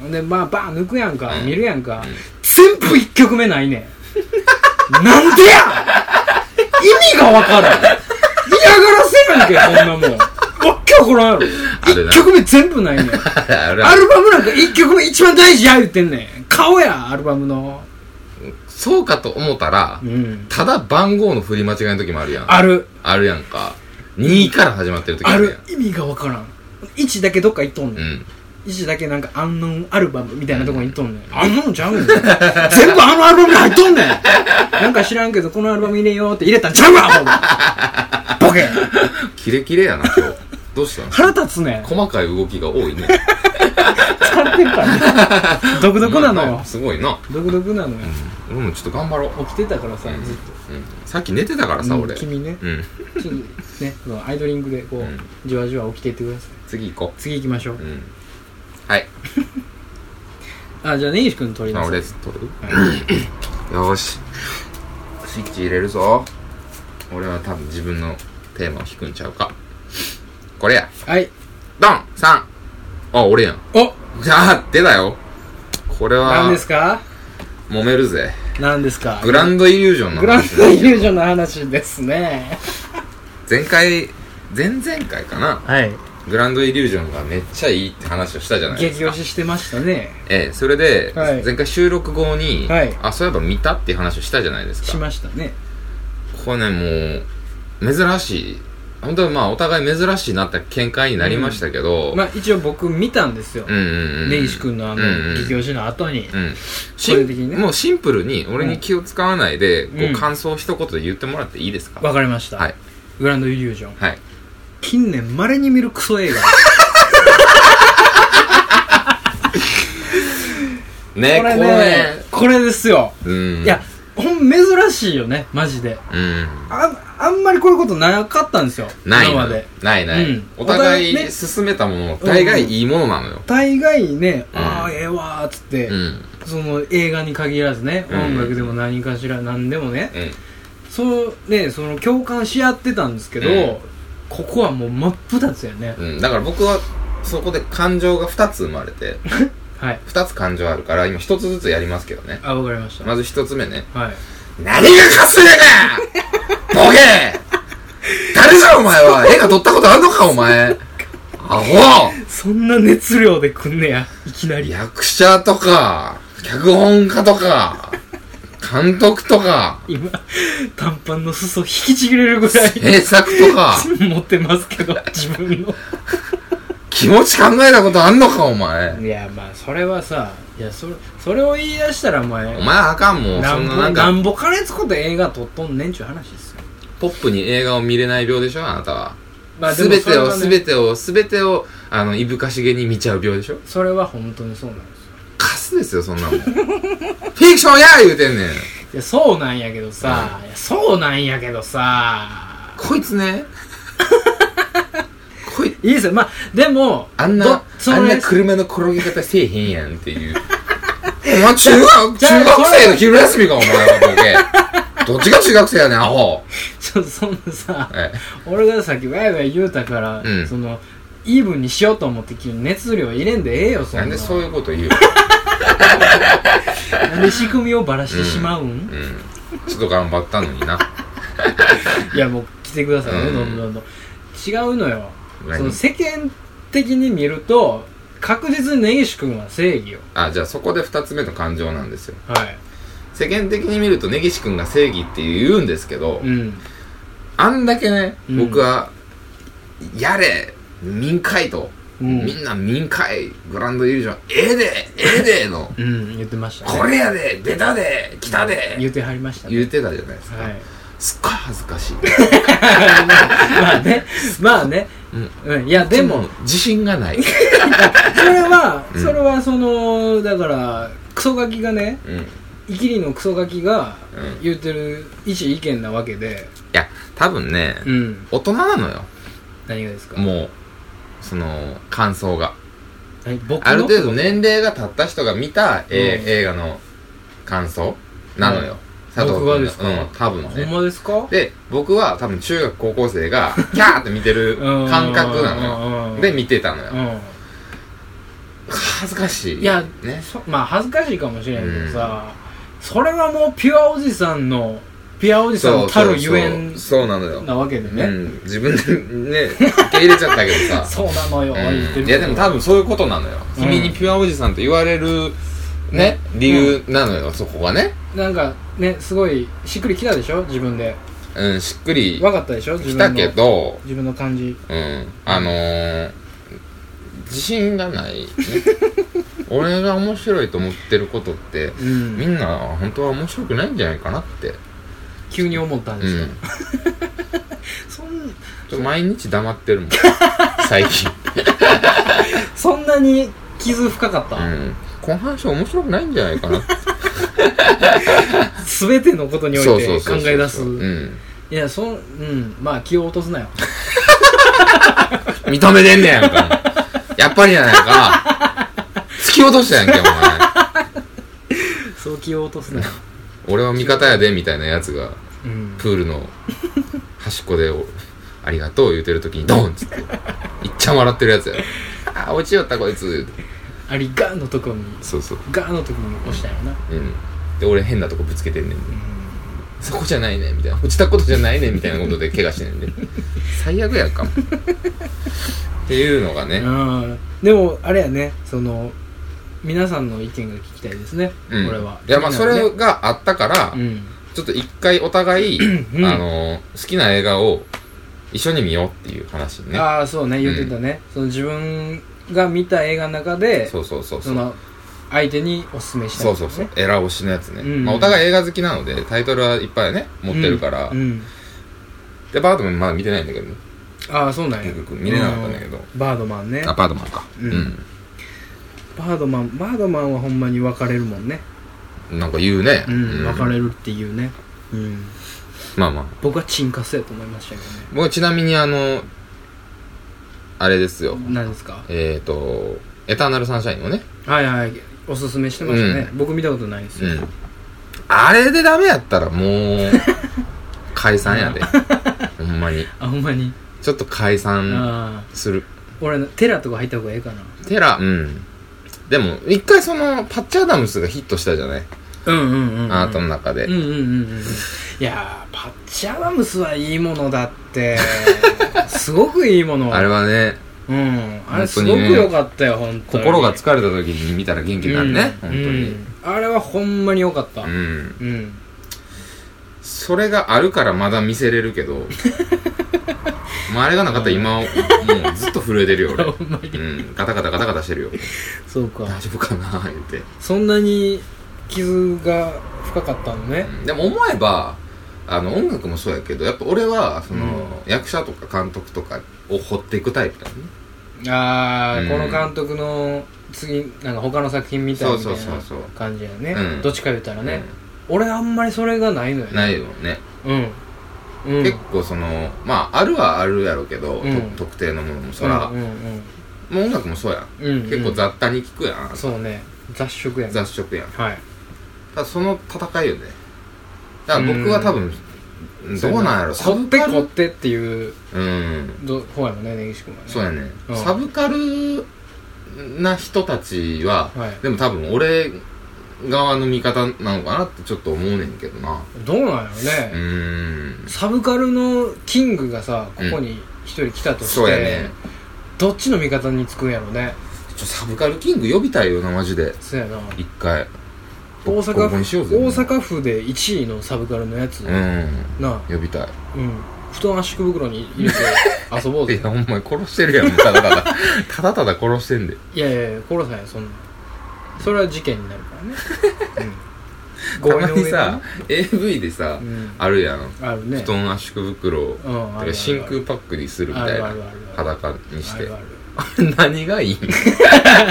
Speaker 2: ほんで、まあバン抜くやんか、見るやんか。全部一曲目ないねん。なんでや意味がわからん嫌がらせるんけこんなもんわっけわからんやろ
Speaker 1: る
Speaker 2: 1
Speaker 1: な
Speaker 2: 曲目全部な
Speaker 1: (laughs)
Speaker 2: いねん
Speaker 1: (laughs) あるあ
Speaker 2: ア
Speaker 1: る
Speaker 2: ルバムなんか1曲目一番大事や言ってんねん顔やアルバムの
Speaker 1: そうかと思ったら
Speaker 2: うん
Speaker 1: ただ番号の振り間違いの時もあるやん
Speaker 2: ある
Speaker 1: あるやんか2から始まってる時
Speaker 2: あ
Speaker 1: るや
Speaker 2: る
Speaker 1: ん
Speaker 2: 意味がわからん1だけどっか行っとん
Speaker 1: う
Speaker 2: ねん
Speaker 1: ん
Speaker 2: 1だけなんかアンノンアルバムみたいなとこに行っとんねんあんなんちゃうねん全部あのアルバムに入っと
Speaker 1: (laughs)
Speaker 2: んねんなんか知らんけどこのアルバム入れようって入れたんちゃうわほんまボケ
Speaker 1: キレキレやな今日 (laughs) どうしたの
Speaker 2: 腹立つねん
Speaker 1: 細かい動きが多いね
Speaker 2: 使ってるからね
Speaker 1: (laughs)
Speaker 2: 独特なの
Speaker 1: まあま
Speaker 2: よ
Speaker 1: あすごいな
Speaker 2: 独特なのよ
Speaker 1: 俺もちょっと頑張ろう、
Speaker 2: 起きてたからさずっ
Speaker 1: うん、さっき寝てたからさ
Speaker 2: と
Speaker 1: 俺
Speaker 2: 君ね
Speaker 1: うん
Speaker 2: ちょっとねそのアイドリングでこう、
Speaker 1: うん
Speaker 2: じわじわ起きていってください
Speaker 1: 次行こ
Speaker 2: 次行きましょう、
Speaker 1: ううんはい
Speaker 2: あじゃあ根岸君取り
Speaker 1: あ
Speaker 2: なさ
Speaker 1: 俺
Speaker 2: い
Speaker 1: 取る
Speaker 2: はい
Speaker 1: よーしスイッチ入れるぞ俺は多分自分のテーマを引くんちゃうかこれや
Speaker 2: はい
Speaker 1: ドン3あ俺やん
Speaker 2: お
Speaker 1: じゃあ出たよこれは
Speaker 2: 何ですか
Speaker 1: 揉めるぜ
Speaker 2: 何ですか
Speaker 1: グランドイリュージョンの
Speaker 2: グラン
Speaker 1: 話
Speaker 2: ドイリュージョンの話ですね
Speaker 1: 前回前々回かな
Speaker 2: はい
Speaker 1: グランドイリュージョンがめっちゃいいって話をしたじゃないです
Speaker 2: 激
Speaker 1: か
Speaker 2: 推ししてましたね
Speaker 1: ええそれで、
Speaker 2: はい
Speaker 1: 前回収録後に、
Speaker 2: はい
Speaker 1: あそういえば見たっていう話をしたじゃないです
Speaker 2: し
Speaker 1: か
Speaker 2: ましたね
Speaker 1: これねもう珍しい本当にまあお互い珍しいなって見解になりましたけど、
Speaker 2: まあ一応僕見たんですよ、
Speaker 1: うんうんうん
Speaker 2: レイシ君のあの
Speaker 1: うんうん
Speaker 2: 激推しの後に、
Speaker 1: うん
Speaker 2: 個人的にね
Speaker 1: もうシンプルに俺に気を使わないで、
Speaker 2: う
Speaker 1: こ
Speaker 2: ん
Speaker 1: う感想を一言で言ってもらっていいですか、
Speaker 2: わかりました、
Speaker 1: はい
Speaker 2: グランドイリュージョン
Speaker 1: はい
Speaker 2: 近年まれに見るクソ映画
Speaker 1: ね
Speaker 2: これねこれですよ、
Speaker 1: これうん
Speaker 2: いやほん珍しいよねマジで
Speaker 1: うん
Speaker 2: ああんまりこういうことなかったんですよ
Speaker 1: ない
Speaker 2: 今ま
Speaker 1: の
Speaker 2: で
Speaker 1: ないない、
Speaker 2: うん
Speaker 1: お互
Speaker 2: お互い
Speaker 1: い
Speaker 2: ね
Speaker 1: 進めたもの大概いいものなのよ
Speaker 2: 大概ね、
Speaker 1: うん
Speaker 2: ああええわーっつって、
Speaker 1: うんうん
Speaker 2: その映画に限らずね、
Speaker 1: うん
Speaker 2: 音楽でも何かしら何でもねそうねその共感し合ってたんですけど、
Speaker 1: うん
Speaker 2: ここはもう真っ二つやね、
Speaker 1: うんだから僕はそこで感情が2つ生まれて
Speaker 2: (laughs) はい
Speaker 1: 2つ感情あるから今1つずつやりますけどね
Speaker 2: あわかりました、
Speaker 1: まず1つ目ね
Speaker 2: はい
Speaker 1: 何がカスやかボケ誰じゃお前は映画撮ったことあんのかお前アホ
Speaker 2: そんな熱量でくんねやいきなり
Speaker 1: 役者とか、脚本家とか、監督と
Speaker 2: (laughs)
Speaker 1: か、
Speaker 2: 今短パンの裾引きちぎれるぐらい
Speaker 1: 制作とか、
Speaker 2: 持ってますけど自分の
Speaker 1: 気持ち考えたことあんのかお前。
Speaker 2: いやまあそれはさいやそれそれを言い出したらお前
Speaker 1: お前あかんもう、
Speaker 2: な
Speaker 1: そ
Speaker 2: ん
Speaker 1: んな
Speaker 2: ぼ
Speaker 1: な
Speaker 2: なん
Speaker 1: か、
Speaker 2: んぼ金使って映画撮っとんねんちゅう話ですよ
Speaker 1: ポップに映画を見れない病でしょあなたは。
Speaker 2: まあですも
Speaker 1: べ
Speaker 2: それ
Speaker 1: て
Speaker 2: は
Speaker 1: を、
Speaker 2: ね
Speaker 1: すべてを、すべてを、あの、いぶかしげに見ちゃう病でしょ
Speaker 2: それは本当にそうなんですよ
Speaker 1: カスですよ、そんなも
Speaker 2: (laughs)
Speaker 1: ん。フィクションや言うてんねん。
Speaker 2: いやそうなんやけどさ、いやそうなんやけどさ
Speaker 1: こいつね。こい、
Speaker 2: いいですよまあでも
Speaker 1: あん
Speaker 2: ど
Speaker 1: な、
Speaker 2: そ
Speaker 1: あ
Speaker 2: の
Speaker 1: ん
Speaker 2: ね
Speaker 1: な車の転げ方せえへんやんって
Speaker 2: (laughs)
Speaker 1: いう。お前中学、
Speaker 2: じゃあ
Speaker 1: 中学生の昼休みか、お前はボケ。どっちが中学生やねん、アホ。
Speaker 2: ちょっとそんなさ
Speaker 1: え
Speaker 2: 俺がさっきわいわい言うたから、
Speaker 1: うん
Speaker 2: そのイーブンにしようと思って君熱量入れんでええよそ
Speaker 1: え
Speaker 2: んな
Speaker 1: なんでそういうこと言う
Speaker 2: なんで仕組みをばらしてしまうん、
Speaker 1: うん。ちょっと頑張ったのにな。
Speaker 2: いやもう来てくださいね、
Speaker 1: うん
Speaker 2: どんどんどん違うのよ
Speaker 1: 何
Speaker 2: その世間的に見ると確実に根岸君は正義よ
Speaker 1: あ、じゃあそこで二つ目の感情なんですよ。
Speaker 2: はい
Speaker 1: 世間的に見ると、根岸くんが正義って言うんですけど、
Speaker 2: うん
Speaker 1: あんだけね、
Speaker 2: うん
Speaker 1: 僕は、やれ、民会と、
Speaker 2: うん
Speaker 1: みんな民会、グランドイリュージョン、ええで、ええでの、
Speaker 2: うん言ってましたね
Speaker 1: これやで出たで来た
Speaker 2: 言
Speaker 1: で
Speaker 2: ってはりましたね
Speaker 1: 言ってたじゃないですか、
Speaker 2: はい
Speaker 1: すっごい恥ずかしい
Speaker 2: (laughs) まあねまあねうんいや (laughs) でも
Speaker 1: 自信がない
Speaker 2: それは
Speaker 1: うん
Speaker 2: それはそのだからクソガキがね
Speaker 1: うんい
Speaker 2: イキリのクソガキが
Speaker 1: うん
Speaker 2: 言ってる一意見なわけで
Speaker 1: や多分ね、
Speaker 2: うん
Speaker 1: 大人なのよ
Speaker 2: 何がですか
Speaker 1: もうその感想が
Speaker 2: 何僕の
Speaker 1: ある程度年齢が経った人が見た、え
Speaker 2: うん
Speaker 1: 映画の感想なのよ、佐藤君
Speaker 2: 僕はですか
Speaker 1: うん多分
Speaker 2: ほん
Speaker 1: ね
Speaker 2: まですか
Speaker 1: で僕は多分中学高校生
Speaker 2: (laughs)
Speaker 1: がキャーって見てる感覚なの
Speaker 2: の
Speaker 1: よで見てたのよ、
Speaker 2: うん
Speaker 1: 恥ずかしい
Speaker 2: いや
Speaker 1: ね
Speaker 2: そまあ恥ずかしいかもしれんけどさ、それはもうピュアおじさんのピュアおじさんのたるゆえん
Speaker 1: そうなのよ
Speaker 2: なわけでね、
Speaker 1: うん、自分でね、受け入れちゃったけどさ。
Speaker 2: (laughs) そうなのよ、言って
Speaker 1: う
Speaker 2: る
Speaker 1: ん、いやでも多分そういうことなのよ。
Speaker 2: うん
Speaker 1: 君にピュアおじさんと言われる、ね、理由なのよ、そこがね。
Speaker 2: なんかねすごいしっくりきたでしょ自分で
Speaker 1: うん、しっくり
Speaker 2: 分かったでしょ自
Speaker 1: き
Speaker 2: 分の
Speaker 1: たけど、
Speaker 2: 自分の感じ
Speaker 1: うん、あのー、自信が
Speaker 2: (laughs)
Speaker 1: ない、ね。俺が面白いと思ってることって、
Speaker 2: うん
Speaker 1: みんな本当は面白くないんじゃないかなって。
Speaker 2: 急に思ったん
Speaker 1: う
Speaker 2: ですよ、
Speaker 1: ん。
Speaker 2: (laughs) そん
Speaker 1: ちょっと毎日黙って
Speaker 2: (laughs)
Speaker 1: るもん。最近。
Speaker 2: そんなに傷深かった、
Speaker 1: うん。この話面白くないんじゃないかなって。
Speaker 2: 全てのことにおい
Speaker 1: そうそう
Speaker 2: て
Speaker 1: そ
Speaker 2: 考
Speaker 1: うそう
Speaker 2: え出す
Speaker 1: うん。
Speaker 2: いやそんうんまあ気を落とす
Speaker 1: (laughs)
Speaker 2: なよ
Speaker 1: 認めてんねやんか。やっぱりやないか。突き落としたやんけ、お前。
Speaker 2: そう気を落とすなよ、
Speaker 1: 俺は味方やで、みたいなやつが、
Speaker 2: うん、
Speaker 1: プールの端っこで、おありがとう言うてる時にドンっつって、いっちゃん笑ってるやつやろ。あー、落ちよったこいつ。
Speaker 2: ありガーのとこに
Speaker 1: そうそう。
Speaker 2: ガーのとこに押したよな、
Speaker 1: うん。で、俺変なとこぶつけてんねんで。そこじゃないねん、みたいな。落ちたことじゃないねん、みたいなことで怪我してんねんで。最悪やんかも。っていうのがね。
Speaker 2: うんでもあれやねその皆さんの意見が聞きたいですね、
Speaker 1: うん。
Speaker 2: これはい
Speaker 1: や、まあ、そ
Speaker 2: みんな
Speaker 1: れ
Speaker 2: ね
Speaker 1: があったから、
Speaker 2: うん
Speaker 1: ちょっと一回お互い、
Speaker 2: ん
Speaker 1: あの好きな映画を一緒に見ようっていう話ね
Speaker 2: ああそうね言ってたね、その自分が見た映画の中で
Speaker 1: そうそうそうそ
Speaker 2: そうの相手におすすめしたい
Speaker 1: そ
Speaker 2: や
Speaker 1: う
Speaker 2: つ
Speaker 1: そ
Speaker 2: ね
Speaker 1: うそうエラ押しのやつね、
Speaker 2: うん
Speaker 1: まあ、お互い映画好きなのでタイトルはいっぱいね持ってるから、
Speaker 2: うんうん
Speaker 1: でバードマンまだ見てないんだけどね
Speaker 2: ああそうなんや
Speaker 1: 結局見れなかったんだけど
Speaker 2: うバードマンね
Speaker 1: あバードマンか
Speaker 2: う
Speaker 1: うんん、
Speaker 2: バードマンバードマンはほんまに分かれるもんね
Speaker 1: なんか言うね、
Speaker 2: うん分かれ
Speaker 1: る
Speaker 2: るっていうねうん
Speaker 1: まあまあ
Speaker 2: 僕はチンカスやと思いましたけどね
Speaker 1: 僕はちなみにあのあれですよ、
Speaker 2: 何ですか
Speaker 1: えっ、ー、とエターナルサンシャインをね、
Speaker 2: はいはいおすすめしてましたね、僕見たことないんです
Speaker 1: う
Speaker 2: よ、
Speaker 1: ん、あれでダメやったらも
Speaker 2: (laughs)
Speaker 1: う解散やでほんまに
Speaker 2: あほんまに、
Speaker 1: ちょっと解散
Speaker 2: ああ
Speaker 1: する
Speaker 2: 俺テラとか入った方がええかな
Speaker 1: テラうんでも一回そのパッチ・アダムスがヒットしたじゃない、
Speaker 2: うんうんうん、うん、
Speaker 1: あなたの中で、
Speaker 2: うんうんうんうんいやーパッチ・アダムスはいいものだって (laughs) すごくいいもの
Speaker 1: あれはね
Speaker 2: うんあれす
Speaker 1: 本当
Speaker 2: ご
Speaker 1: に
Speaker 2: く
Speaker 1: ね
Speaker 2: 良かったよ本当に
Speaker 1: 心が疲れた時に見たら元気になるね、
Speaker 2: うん
Speaker 1: 本当に
Speaker 2: うんあれはほんまに良かった
Speaker 1: うん、
Speaker 2: うん
Speaker 1: それがあるからまだ見せれるけ
Speaker 2: (laughs)
Speaker 1: どまああれがなかったら今もうずっと震えてるよ俺、
Speaker 2: (laughs) ほんまに
Speaker 1: うん、ガタガタガタガタしてるよ
Speaker 2: そうか
Speaker 1: 大丈夫かな言って、
Speaker 2: そんなに傷が深かったのね
Speaker 1: うんでも思えばあの音楽もそうやけどやっぱ俺はその、役者とか監督とかを掘っていくタイプだね
Speaker 2: ああ、
Speaker 1: うん
Speaker 2: この監督の次なんか他の作品見たいみたい
Speaker 1: そうそう
Speaker 2: な
Speaker 1: そうそう
Speaker 2: 感じやね
Speaker 1: うん
Speaker 2: どっちか言ったらね、俺あんまりそれがないのよ
Speaker 1: う
Speaker 2: ね
Speaker 1: んないよね、
Speaker 2: うんうん
Speaker 1: 結構そのまああるはあるやろうけど、
Speaker 2: うん
Speaker 1: と特定のものもそら、
Speaker 2: うんうん
Speaker 1: もう音楽もそうやん、
Speaker 2: うん、うん
Speaker 1: 結構雑多に聞くやん
Speaker 2: そうね雑食やね
Speaker 1: 雑食やん
Speaker 2: はい
Speaker 1: ただその戦いよねだから僕は多分どうなんやろ
Speaker 2: そ
Speaker 1: サ
Speaker 2: う
Speaker 1: ブ
Speaker 2: ね
Speaker 1: カ
Speaker 2: こってこっ
Speaker 1: ル
Speaker 2: てっていう
Speaker 1: うん
Speaker 2: ど方やもんね根岸君はね
Speaker 1: そうやね、
Speaker 2: うん
Speaker 1: サブカルな人たちは、
Speaker 2: はい
Speaker 1: でも多分俺側の味方なのかなってちょっと思うねんけどな
Speaker 2: どうなんやろ
Speaker 1: う
Speaker 2: ね、
Speaker 1: ーん
Speaker 2: サブカルのキングがさここに一人来たとして、
Speaker 1: そうやね
Speaker 2: どっちの味方につくんやろね
Speaker 1: ちょサブカルキング呼びたいよなマジで
Speaker 2: そうやな
Speaker 1: 一回
Speaker 2: 大
Speaker 1: ボ
Speaker 2: 阪
Speaker 1: コボコにしようぜ
Speaker 2: 府大阪府で1位のサブカルのやつ、
Speaker 1: うん
Speaker 2: なあ
Speaker 1: 呼びたい
Speaker 2: うん布団圧縮袋に入れて遊ぼ
Speaker 1: (laughs)
Speaker 2: う
Speaker 1: い
Speaker 2: ぜ
Speaker 1: やお前殺してるやんただただただただ殺してんで
Speaker 2: いやいやいや殺さないそんなそれは事件になるからね、う
Speaker 1: た
Speaker 2: ん、合意
Speaker 1: ま
Speaker 2: の上
Speaker 1: に
Speaker 2: で
Speaker 1: さ AV でさ、
Speaker 2: うん
Speaker 1: あるやん
Speaker 2: あるね
Speaker 1: 布団圧縮袋を
Speaker 2: うん
Speaker 1: だか
Speaker 2: あるある
Speaker 1: ら真空パックにするみたい
Speaker 2: あ
Speaker 1: な
Speaker 2: るあるあるある
Speaker 1: 裸にし
Speaker 2: あ
Speaker 1: て
Speaker 2: るあ
Speaker 1: (laughs)
Speaker 2: る
Speaker 1: 何がいい
Speaker 2: なん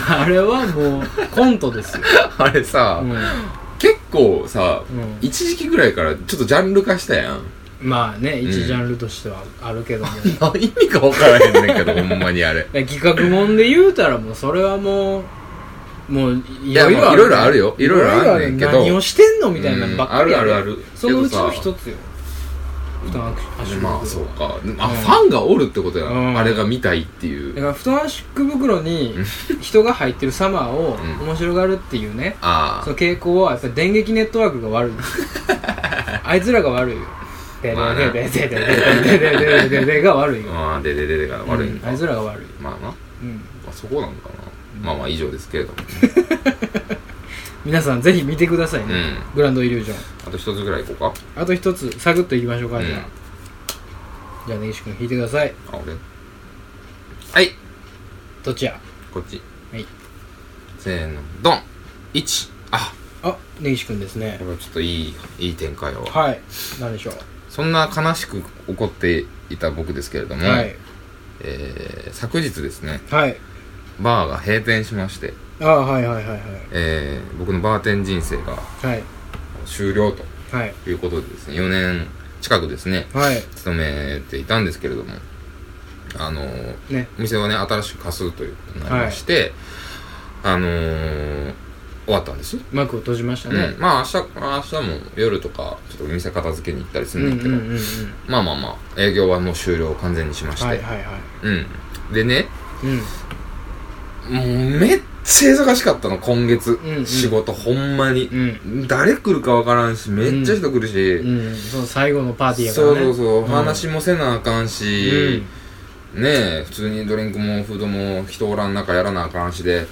Speaker 2: かあれはもうコントですよ、
Speaker 1: (laughs) あれさ、
Speaker 2: うん
Speaker 1: 結構さ、
Speaker 2: うん
Speaker 1: 一時期ぐらいからちょっとジャンル化したやん
Speaker 2: まあね
Speaker 1: ん
Speaker 2: 一ジャンルとしてはあるけども、
Speaker 1: 意味が分からへんねんけ (laughs) どほんまにあれ
Speaker 2: で企画もんで言うたらもうそれはもうもういろいろ
Speaker 1: いやまあいろいろあるよいろいろあんねん
Speaker 2: い
Speaker 1: け
Speaker 2: ろいろあ
Speaker 1: ど
Speaker 2: る何をしてんのみたいなのばっかりやね
Speaker 1: うんあるあるある
Speaker 2: そのうちの
Speaker 1: けど
Speaker 2: 一つよ布団圧縮袋
Speaker 1: まあそうか、あ
Speaker 2: うん
Speaker 1: ファンがおるってことや、
Speaker 2: うん
Speaker 1: あれが見たいってい
Speaker 2: だ
Speaker 1: う
Speaker 2: から布団圧縮袋に人が入ってるサマーを
Speaker 1: ん
Speaker 2: 面白がるっていうね、
Speaker 1: あ
Speaker 2: そ
Speaker 1: あ
Speaker 2: の傾向はやっぱり電撃ネットワークが
Speaker 1: (laughs)
Speaker 2: 悪いあいつらが悪いよで
Speaker 1: まあな
Speaker 2: でででででででででででが悪いよ
Speaker 1: ああででででが悪いん
Speaker 2: うん
Speaker 1: か、
Speaker 2: あいつらが悪い
Speaker 1: まあな、ま
Speaker 2: うん
Speaker 1: あ、そこなんかな、まあまあ以上ですけれども、ね、
Speaker 2: 皆さんぜひ見てくださいうね、
Speaker 1: ん
Speaker 2: グランドイリュージョン
Speaker 1: あと一つぐらいいこうか
Speaker 2: あと一つサクッといきましょうか、じゃあ
Speaker 1: うん
Speaker 2: じゃあ根岸君引いてください
Speaker 1: あ俺はい
Speaker 2: どっちや
Speaker 1: こっち
Speaker 2: はい
Speaker 1: せーのドン1あ
Speaker 2: あ根岸君ですね
Speaker 1: これはちょっといいいい展開を
Speaker 2: はい何でしょう、
Speaker 1: そんな悲しく怒っていた僕ですけれども、
Speaker 2: はい
Speaker 1: えー昨日ですね
Speaker 2: はい
Speaker 1: バーが閉店しまして、
Speaker 2: ああはいはいはいはい
Speaker 1: えー僕のバーテン人生が
Speaker 2: はい
Speaker 1: 終了と
Speaker 2: はい
Speaker 1: いうことでですね4年近くですね
Speaker 2: はい
Speaker 1: 勤めていたんですけれどもあのー
Speaker 2: ね
Speaker 1: お店はね新しく貸すということになりまして、あのー終わったんです
Speaker 2: 幕を閉じました
Speaker 1: うん
Speaker 2: ね、
Speaker 1: まあ明日明日も夜とかちょっとお店片付けに行ったりす
Speaker 2: うん、
Speaker 1: る
Speaker 2: うんん
Speaker 1: だ
Speaker 2: う
Speaker 1: け
Speaker 2: んう
Speaker 1: ど、
Speaker 2: んうん
Speaker 1: まあまあまあ営業はもう終了を完全にしまして、
Speaker 2: はいはいは
Speaker 1: うんでね
Speaker 2: いうん
Speaker 1: もうめっちゃ忙しかったの今月、
Speaker 2: んうん
Speaker 1: 仕事ほんまに、
Speaker 2: うん
Speaker 1: 誰来るかわからんしめっちゃ人来るし、
Speaker 2: うん、その最後のパーティーやから
Speaker 1: そ
Speaker 2: ね
Speaker 1: うそうそう、
Speaker 2: ん
Speaker 1: 話もせなあかん
Speaker 2: う
Speaker 1: し
Speaker 2: ん、
Speaker 1: ねえ普通にドリンクもフードも人おらん中やらなあかんしで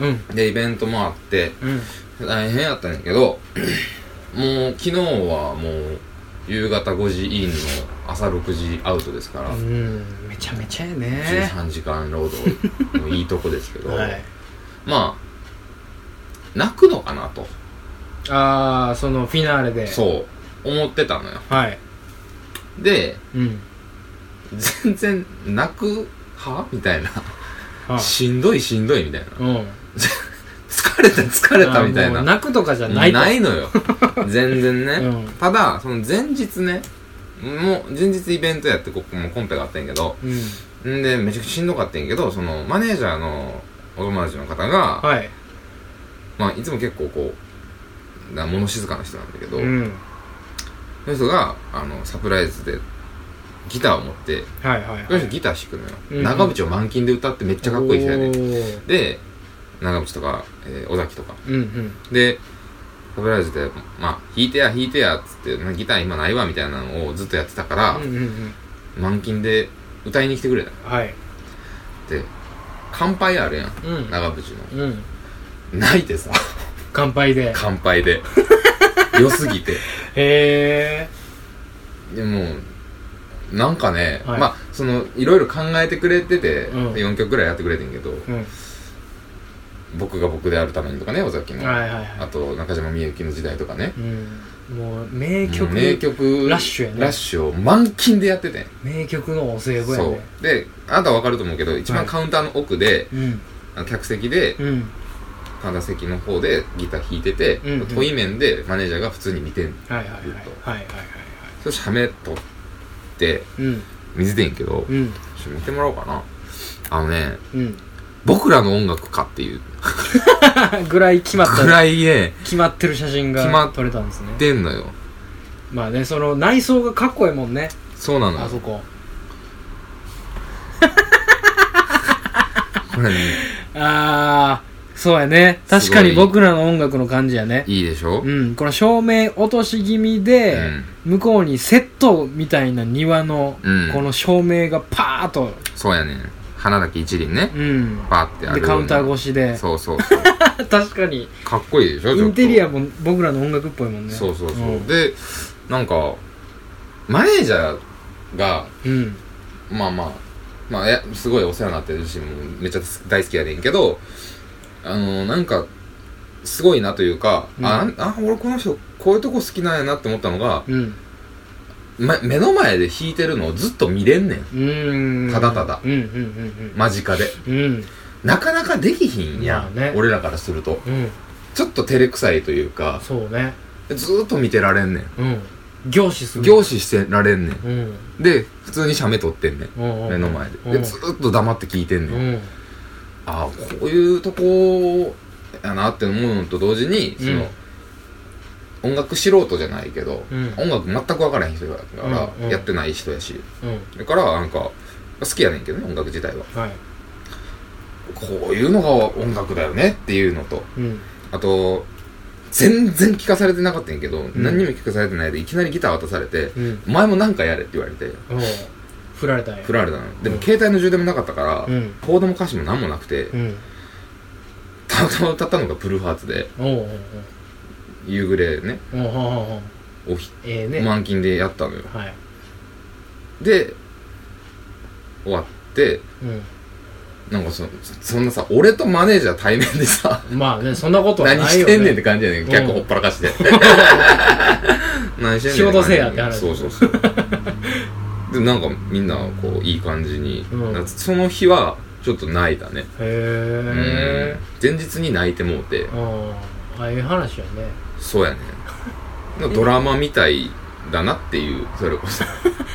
Speaker 2: うん
Speaker 1: でイベントもあって
Speaker 2: うん (clears throat)
Speaker 1: 大変やったんやけどもう昨日はもう夕方5時インの朝6時アウトですから、
Speaker 2: うんめちゃめちゃやね
Speaker 1: 13時間労
Speaker 2: (laughs)
Speaker 1: 働もいいとこですけど、
Speaker 2: はい
Speaker 1: まあ泣くのかなと
Speaker 2: ああそのフィナーレで
Speaker 1: そう思ってたのよ
Speaker 2: はい
Speaker 1: で
Speaker 2: うん
Speaker 1: 全然泣く派みたいな
Speaker 2: はい
Speaker 1: しんどいしんどいみたいな
Speaker 2: うん
Speaker 1: 疲れた疲れたみたい
Speaker 2: あーも
Speaker 1: な
Speaker 2: う泣くとかじゃな
Speaker 1: ないい
Speaker 2: と
Speaker 1: のよ全然ね、
Speaker 2: うん
Speaker 1: ただその前日ねもう前日イベントやってここもコンペがあったんやけど
Speaker 2: うん
Speaker 1: んでめちゃくちゃしんどかったんやけどそのマネージャーのお友達の方が、
Speaker 2: はい
Speaker 1: まあ、いつも結構こうな物静かな人なんだけど、
Speaker 2: うん
Speaker 1: その人があのサプライズでギターを持って
Speaker 2: はいはい
Speaker 1: そ
Speaker 2: は
Speaker 1: の
Speaker 2: い
Speaker 1: 人ギター弾くのよ、
Speaker 2: うん
Speaker 1: 長渕を満金で歌ってめっちゃかっこいい人や
Speaker 2: お
Speaker 1: で
Speaker 2: ー
Speaker 1: で長渕とか、えー尾崎とか
Speaker 2: うんうん
Speaker 1: で、サプライズで、まあ、弾いてや、弾いてや、っつって、なギター今ないわ、みたいなのをずっとやってたから、
Speaker 2: うんうんうん
Speaker 1: 満勤で歌いに来てくれたっ
Speaker 2: はい
Speaker 1: て、乾杯あるやん、
Speaker 2: うん
Speaker 1: 長渕の。
Speaker 2: うん
Speaker 1: 泣いてさ、
Speaker 2: 乾杯で
Speaker 1: 乾杯
Speaker 2: (laughs)
Speaker 1: で。良すぎて。
Speaker 2: へえ
Speaker 1: でも、なんかね、
Speaker 2: はい
Speaker 1: まあ、その、いろいろ考えてくれてて、
Speaker 2: うん
Speaker 1: 4曲ぐらいやってくれてんけど、
Speaker 2: うん
Speaker 1: 僕が僕であるためにとかね、尾崎の。
Speaker 2: はいはい
Speaker 1: あ
Speaker 2: は
Speaker 1: と、中島みゆきの時代とかね
Speaker 2: い。うんもう名曲
Speaker 1: 名曲、
Speaker 2: ラッシュやね
Speaker 1: ラッシュを満勤でやっててん。
Speaker 2: 名曲のお歳暮や
Speaker 1: そ
Speaker 2: ね
Speaker 1: うであなたは分かると思うけど一
Speaker 2: は
Speaker 1: 番
Speaker 2: い
Speaker 1: カウンターの奥で、
Speaker 2: うん
Speaker 1: あの客席で
Speaker 2: うん
Speaker 1: 神田席の方でギター弾いてて、
Speaker 2: うんうん
Speaker 1: 遠い面でマネージャーが普通に見てん
Speaker 2: はいはいはい
Speaker 1: ずっと
Speaker 2: はいはいはいは
Speaker 1: そしてハメ取って
Speaker 2: いうん
Speaker 1: 見せてんけど、
Speaker 2: うん
Speaker 1: ちょっと見てもらおうかなあのね
Speaker 2: うん (laughs)
Speaker 1: 僕らの音楽かっていう
Speaker 2: ぐらい決まっ
Speaker 1: ぐ
Speaker 2: た
Speaker 1: らいね
Speaker 2: 決まってる写真
Speaker 1: 決ま
Speaker 2: が
Speaker 1: っ
Speaker 2: 撮れたんですね
Speaker 1: 出んのよ
Speaker 2: まあねその内装がかっこいいもんね
Speaker 1: そうなの
Speaker 2: あ
Speaker 1: よ
Speaker 2: そこ
Speaker 1: これ、ね、
Speaker 2: ああそうやね確かに
Speaker 1: すごい
Speaker 2: 僕らの音楽の感じやね
Speaker 1: いいでしょ、
Speaker 2: うんこの照明落とし気味で、向こうにセットみたいな庭の、
Speaker 1: うん
Speaker 2: この照明がパーッと、
Speaker 1: そうやねん花だけ一輪ね
Speaker 2: うん、
Speaker 1: バーってある
Speaker 2: でカウンター越しで
Speaker 1: そうそうそう
Speaker 2: (laughs) 確かに
Speaker 1: かっこいいでしょちょっ
Speaker 2: イ
Speaker 1: と
Speaker 2: ンテリアも僕らの音楽っぽいもんね
Speaker 1: そうそうそう、
Speaker 2: ん
Speaker 1: でなんかマネージャーが
Speaker 2: うん
Speaker 1: まあまあまあいやすごいお世話になってる自身もめっちゃ大好きやねんけどあのなんかすごいなというか、
Speaker 2: うん
Speaker 1: ああ俺この人こういうとこ好きなんやなって思ったのが、
Speaker 2: うん
Speaker 1: ま、目の前で弾いてるのをずっと見れんねん
Speaker 2: うん
Speaker 1: ただただ
Speaker 2: うんうんうん
Speaker 1: 間近で
Speaker 2: うんうん
Speaker 1: なかなかできひんやん、
Speaker 2: まあね
Speaker 1: 俺らからすると
Speaker 2: うん
Speaker 1: ちょっと照れくさいというか
Speaker 2: そうね
Speaker 1: ずーっと見てられんね
Speaker 2: うん凝視す
Speaker 1: ん
Speaker 2: る
Speaker 1: 凝視してられんねん
Speaker 2: うん
Speaker 1: で普通に写メ撮ってんねん目
Speaker 2: 目
Speaker 1: の前で
Speaker 2: う
Speaker 1: で
Speaker 2: ん
Speaker 1: ずーっと黙って聞いてん
Speaker 2: う
Speaker 1: ねん、
Speaker 2: ん
Speaker 1: ああこういうとこやなって思うのと同時にその、音楽素人じゃないけど、
Speaker 2: うん
Speaker 1: 音楽全く分からへん人だから、
Speaker 2: うんうん
Speaker 1: やってない人やし
Speaker 2: うん
Speaker 1: だからなんか好きやねんけどね音楽自体は
Speaker 2: はい
Speaker 1: こういうのが音楽だよねっていうのと
Speaker 2: うん
Speaker 1: あと全然聞かされてなかったんやけど、
Speaker 2: ん
Speaker 1: 何にも聞かされてないでいきなりギター渡されて
Speaker 2: う
Speaker 1: 「
Speaker 2: ん
Speaker 1: お前もなんかやれ」って言われて
Speaker 2: おう振られたんや
Speaker 1: 振られたので
Speaker 2: う
Speaker 1: も
Speaker 2: ん
Speaker 1: 携帯の充電もなかったから、
Speaker 2: うん
Speaker 1: コードも歌詞も何もなくて、
Speaker 2: うん
Speaker 1: たまたま歌ったのがブルーハーツで
Speaker 2: おうおうおう
Speaker 1: 夕暮れね
Speaker 2: おうおうおうおう
Speaker 1: おひ
Speaker 2: ええね
Speaker 1: 満勤でやったのよ
Speaker 2: はい
Speaker 1: で終わって
Speaker 2: う
Speaker 1: なんかそそそんなさ俺とマネージャー対面で
Speaker 2: (laughs)
Speaker 1: さ
Speaker 2: んまあねそんなことはないよ
Speaker 1: 何
Speaker 2: ね
Speaker 1: してんねんって感じやねん
Speaker 2: うん
Speaker 1: 客ほっぱらかして
Speaker 2: (laughs)
Speaker 1: 何してんねん
Speaker 2: 仕事せえやって話
Speaker 1: そうそうそうでなんかみんなこういい感じに、
Speaker 2: うん
Speaker 1: なんかその日はちょっと泣いたねうん
Speaker 2: へえ
Speaker 1: 前日に泣いてもうて
Speaker 2: うんああいう話やね
Speaker 1: そうやね
Speaker 2: (laughs)
Speaker 1: なんかドラマみたいだなっていうそれこそ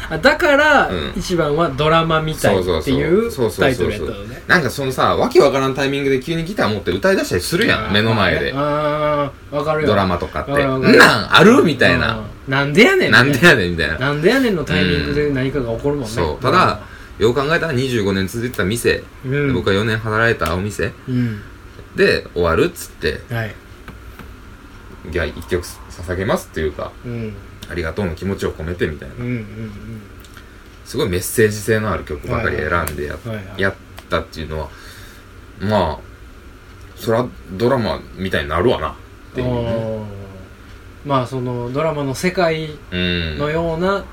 Speaker 2: あだから
Speaker 1: うん
Speaker 2: 一番はドラマみたいっていう
Speaker 1: そうそうそう
Speaker 2: タイトルやったのね
Speaker 1: なんかそのさ、わけわからんタイミングで急にギター持って歌い出したりするやん、目の前で。
Speaker 2: ああわかるよ
Speaker 1: ドラマとかって。
Speaker 2: わかるわ
Speaker 1: ん
Speaker 2: かる
Speaker 1: なんあるみたいな。
Speaker 2: うんなんでやねん
Speaker 1: なんでやねんみたいな。
Speaker 2: なんでやねんのタイミングで何かが起こるもんね
Speaker 1: そう。ただ、よく考えたら25年続いてた店、
Speaker 2: うん
Speaker 1: 僕は4年働いたお店
Speaker 2: うん
Speaker 1: で終わるっつって、
Speaker 2: はい
Speaker 1: いや、一曲捧げますっていうか、
Speaker 2: うん
Speaker 1: ありがとうの気持ちを込めてみたいな
Speaker 2: うんう。ん
Speaker 1: すごいメッセージ性のある曲ばかり選んでや,、
Speaker 2: はいはいはい
Speaker 1: やったっていうのは、まあ、そらドラマみたいになるわなっ
Speaker 2: う
Speaker 1: てい
Speaker 2: ん
Speaker 1: うね、
Speaker 2: おーまあそのドラマの世界
Speaker 1: うん
Speaker 2: のような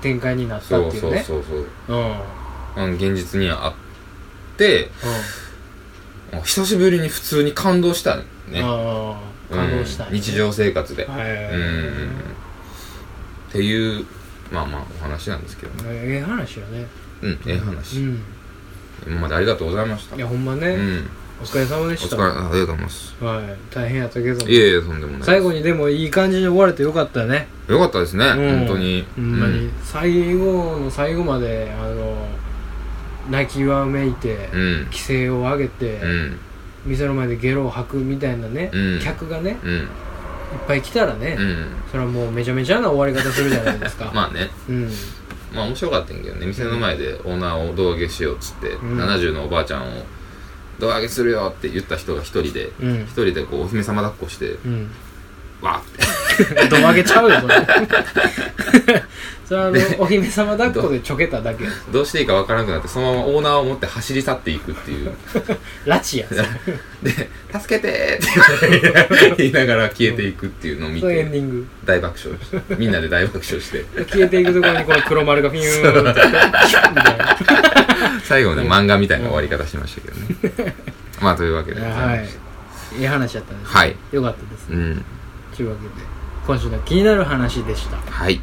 Speaker 2: 展開になった
Speaker 1: そ
Speaker 2: っ
Speaker 1: う
Speaker 2: てい
Speaker 1: そうう
Speaker 2: ね
Speaker 1: そうそう
Speaker 2: うんうん
Speaker 1: あの現実にあってあ久しぶりに普通に感動したね
Speaker 2: ああ感動したい
Speaker 1: うん日常生活で、
Speaker 2: はいはいは
Speaker 1: う
Speaker 2: い
Speaker 1: んっていうまあまあお話なんですけどね
Speaker 2: ええ話よね
Speaker 1: うんええ
Speaker 2: う
Speaker 1: 話、
Speaker 2: ん
Speaker 1: 今までありがとうございました
Speaker 2: いやほんまね、
Speaker 1: うん
Speaker 2: お疲れ様で
Speaker 1: お
Speaker 2: し
Speaker 1: 疲
Speaker 2: た
Speaker 1: れありがとうございます
Speaker 2: はい大変やったけども
Speaker 1: いえいえとんでもないです
Speaker 2: 最後にでもいい感じに終われてよかったね
Speaker 1: よかったですね、
Speaker 2: うん
Speaker 1: 本当に
Speaker 2: ほんまに、最後の最後まであの泣きわめいて、
Speaker 1: うん
Speaker 2: 規制を上げて、
Speaker 1: うん
Speaker 2: 店の前でゲロを吐くみたいなね、
Speaker 1: うん
Speaker 2: 客がねいっ
Speaker 1: うん
Speaker 2: ぱい来たらね、
Speaker 1: うん
Speaker 2: それはもうめちゃめちゃな終わり方するじゃないですか
Speaker 1: (laughs) まあね
Speaker 2: うん
Speaker 1: まあ面白かったんやけどね店の前でオーナーを胴上げしようっつって、
Speaker 2: ん
Speaker 1: 70のおばあちゃんを胴上げするよって言った人が一人で
Speaker 2: う
Speaker 1: 一
Speaker 2: ん
Speaker 1: 人でこうお姫様抱っこして
Speaker 2: うん
Speaker 1: わーって
Speaker 2: どまげちゃうよそれ (laughs) それはあのお姫様抱っこでちょけただけ
Speaker 1: どうしていいかわからなくなってそのままオーナーを持って走り去っていくって
Speaker 2: (laughs)
Speaker 1: いう
Speaker 2: 拉
Speaker 1: (laughs)
Speaker 2: 致や
Speaker 1: で「助けて!」って言いながら消えていくっていうのを見
Speaker 2: そういうエン
Speaker 1: て
Speaker 2: ディング
Speaker 1: 大爆笑してみんなで大爆笑
Speaker 2: (laughs)
Speaker 1: して
Speaker 2: 消えていくところにこの黒丸がピューンってキュッみたいな
Speaker 1: 最後ね漫画みたいな終わり方しましたけどねまあというわけでござ
Speaker 2: は
Speaker 1: (laughs)
Speaker 2: い
Speaker 1: ま
Speaker 2: い
Speaker 1: した。
Speaker 2: いい話やったんですね
Speaker 1: はい
Speaker 2: よかったです。
Speaker 1: うん
Speaker 2: というわけで、今週の気になる話でした。
Speaker 1: はい